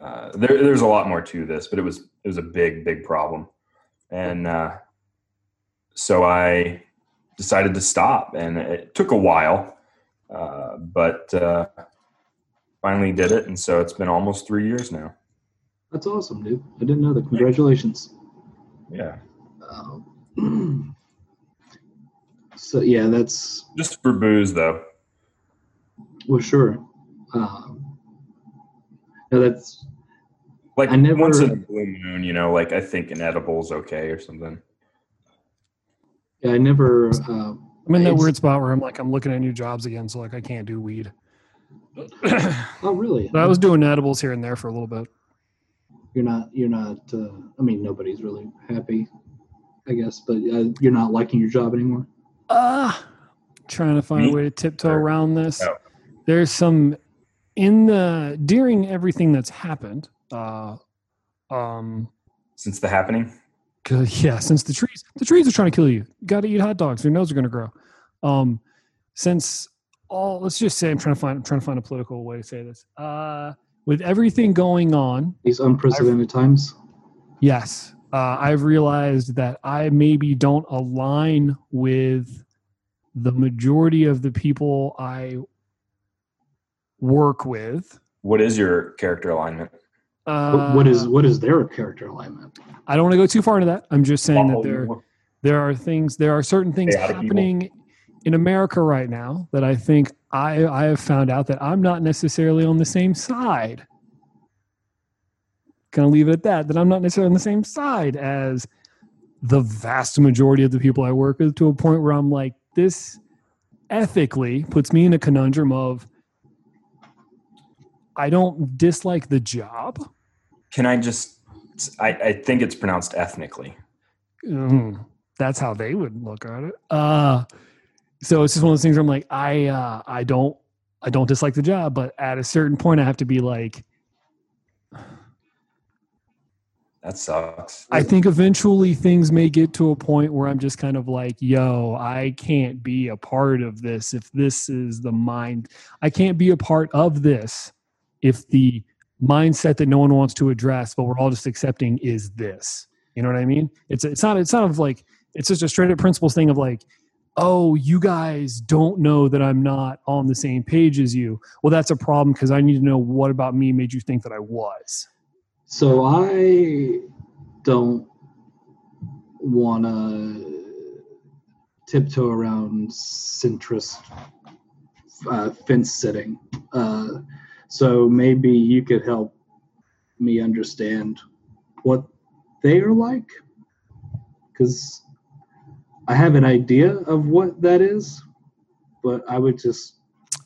Speaker 1: uh, there, there's a lot more to this, but it was it was a big, big problem. And uh, so I decided to stop and it took a while uh, but uh, finally did it and so it's been almost three years now
Speaker 3: That's awesome, dude. I didn't know that. Congratulations.
Speaker 1: yeah
Speaker 3: Um, so yeah, that's
Speaker 1: just for booze though
Speaker 3: well sure. Um, no, that's
Speaker 1: like
Speaker 3: I never-
Speaker 1: once in a blue moon you know like i think an edible's okay or something
Speaker 3: yeah, I never. Uh,
Speaker 2: I'm in that
Speaker 3: It's-
Speaker 2: weird spot where I'm like, I'm looking at new jobs again, so like I can't do weed. but
Speaker 3: oh really?
Speaker 2: I was doing edibles here and there for a little bit.
Speaker 3: You're not. You're not. Uh, I mean, nobody's really happy, I guess. But uh, you're not liking your job anymore.
Speaker 2: Ah, trying to find
Speaker 1: Me?
Speaker 2: a way to tiptoe
Speaker 1: Or-
Speaker 2: around this.
Speaker 1: No.
Speaker 2: There's some in the during everything that's happened. Uh, um,
Speaker 1: since the happening.
Speaker 2: Good, Yeah, since the trees the trees are trying to kill you. You gotta eat hot dogs, your nose are gonna grow. Um since all let's just say I'm trying to find I'm trying to find a political way to say this. Uh with everything going on,
Speaker 3: These unprecedented times.
Speaker 2: yes, uh, I've realized that I maybe don't align with the majority of the people I work with.
Speaker 1: What is your character alignment?
Speaker 2: Uh,
Speaker 3: What what is what is their character alignment?
Speaker 2: I don't want to go too far into that. I'm just saying that
Speaker 1: Follow
Speaker 2: there
Speaker 1: you?
Speaker 2: there are things there are certain things
Speaker 1: Chaotic evil.
Speaker 2: happening in america right now that i think i i have found out that i'm not necessarily on the same side gonna leave it at that that i'm not necessarily on the same side as the vast majority of the people i work with to a point where i'm like this ethically puts me in a conundrum of i don't dislike the job
Speaker 1: Can I just? I, I think it's pronounced ethnically.
Speaker 2: mm, that's how they would look at it. Uh, so it's just one of those things where I'm like, I uh, I don't I don't dislike the job, but at a certain point, I have to be like,
Speaker 1: That sucks.
Speaker 2: I think eventually things may get to a point where I'm just kind of like, yo, I can't be a part of this if this is the mind. I can't be a part of this if the mindset that no one wants to address, but we're all just accepting is this. You know what I mean? It's it's not it's not of like it's just a straight up principles thing of like, oh, you guys don't know that I'm not on the same page as you. Well, that's a problem because I need to know what about me made you think that I was.
Speaker 3: So I don't want to tiptoe around centrist uh, fence sitting. Uh, so maybe you could help me understand what they are like, because I have an idea of what that is, but I would just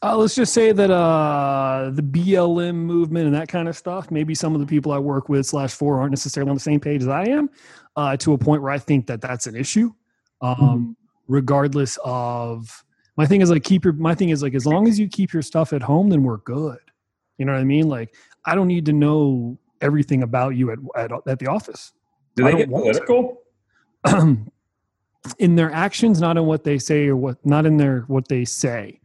Speaker 2: Uh, let's just say that uh, the BLM movement and that kind of stuff. Maybe some of the people I work with slash for aren't necessarily on the same page as I am, uh, to a point where I think that that's an issue. Um, Regardless of my thing is like keep your my thing is like as long as you keep your stuff at home, then we're good. You know what I mean? Like I don't need to know everything about you at at, at the office.
Speaker 1: Do
Speaker 2: I
Speaker 1: they
Speaker 2: don't
Speaker 1: get
Speaker 2: want to.
Speaker 1: political?
Speaker 2: in their actions, not in what they say or what not in their what they say.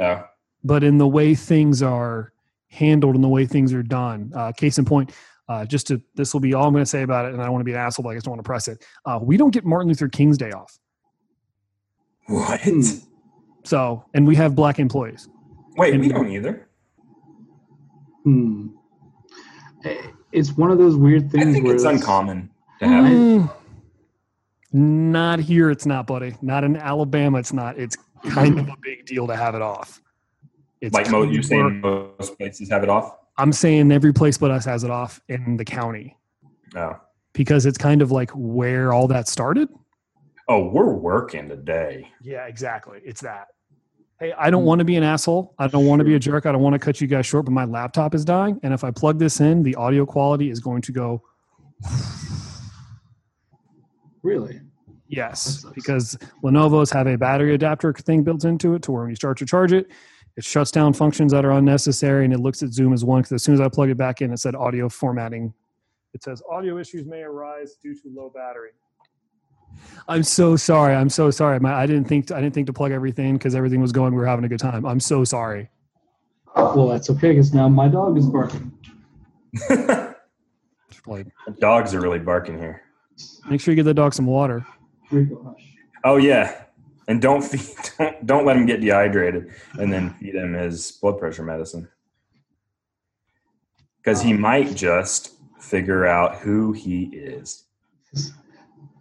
Speaker 1: Oh,
Speaker 2: but in the way things are handled and the way things are done. Uh, case in point, uh, just to this will be all I'm going to say about it, and I don't want to be an asshole, but I just don't want to press it. Uh, we don't get Martin Luther King's day off,
Speaker 1: what?
Speaker 3: Hmm.
Speaker 2: so and we have black employees.
Speaker 1: Wait, we
Speaker 2: And-
Speaker 1: don't either.
Speaker 3: hmm. Eh, It's one of those weird
Speaker 1: I
Speaker 3: things
Speaker 1: think
Speaker 3: where
Speaker 1: it's
Speaker 3: it's-
Speaker 1: uncommon to have. it.
Speaker 2: Mm. not here, it's not, buddy. Not in Alabama, it's not. It's kind of a big deal to have it off. It's
Speaker 1: Like most,
Speaker 2: kind
Speaker 1: you're
Speaker 2: of work.
Speaker 1: saying most places have it off.
Speaker 2: I'm saying every place but us has it off in the county
Speaker 1: Oh,
Speaker 2: because it's kind of like where all that started.
Speaker 1: oh, we're working today.
Speaker 2: Yeah, exactly. It's that. Hey, I don't want to be an asshole. I don't want to be a jerk. I don't want to cut you guys short, but my laptop is dying. And if I plug this in, the audio quality is going to go,
Speaker 3: Really?
Speaker 2: yes,
Speaker 3: sucks.
Speaker 2: because Lenovo's have a battery adapter thing built into it to where when you start to charge it, it shuts down functions that are unnecessary and it looks at Zoom as one. Because as soon as I plug it back in, it said audio formatting. It says audio issues may arise due to low battery. I'm so sorry. I'm so sorry. My, I didn't think I didn't think to plug everything because everything was going. We were having a good time. I'm so sorry.
Speaker 3: Well, that's okay because now my dog is barking.
Speaker 2: Like,
Speaker 1: Dogs are really barking here.
Speaker 2: make sure you get the dog some water.
Speaker 3: Rico, hush.
Speaker 1: Oh yeah, and don't feed, don't, don't let him get dehydrated, and then feed him his blood pressure medicine because he might just figure out who he is. Uh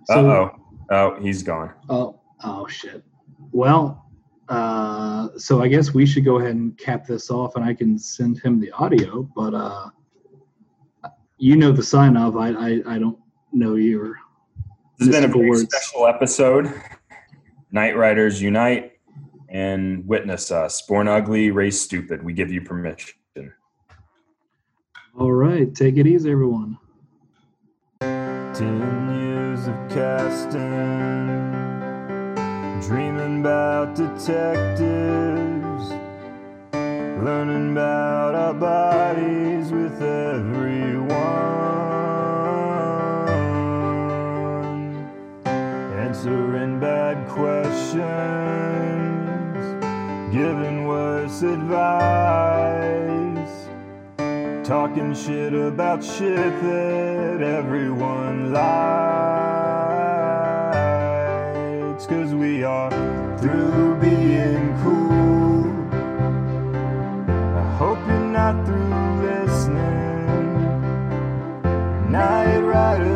Speaker 3: So-
Speaker 1: oh, oh he's gone.
Speaker 3: Oh, oh shit. Well, uh, so I guess we should go ahead and cap this off, and I can send him the audio. But uh, you know the sign off. I, I, I don't know your.
Speaker 1: This has been a
Speaker 3: Mystical
Speaker 1: very
Speaker 3: words.
Speaker 1: special episode. Night Riders unite and witness us. Born ugly, raised stupid. We give you permission.
Speaker 3: All right, take it easy, everyone.
Speaker 1: Ten years of casting, dreaming about detectives, learning about our bodies with everyone, answering bad questions, giving worse advice. Talking shit about shit that everyone likes. Cause we are through being cool. I hope you're not through listening. Night Rider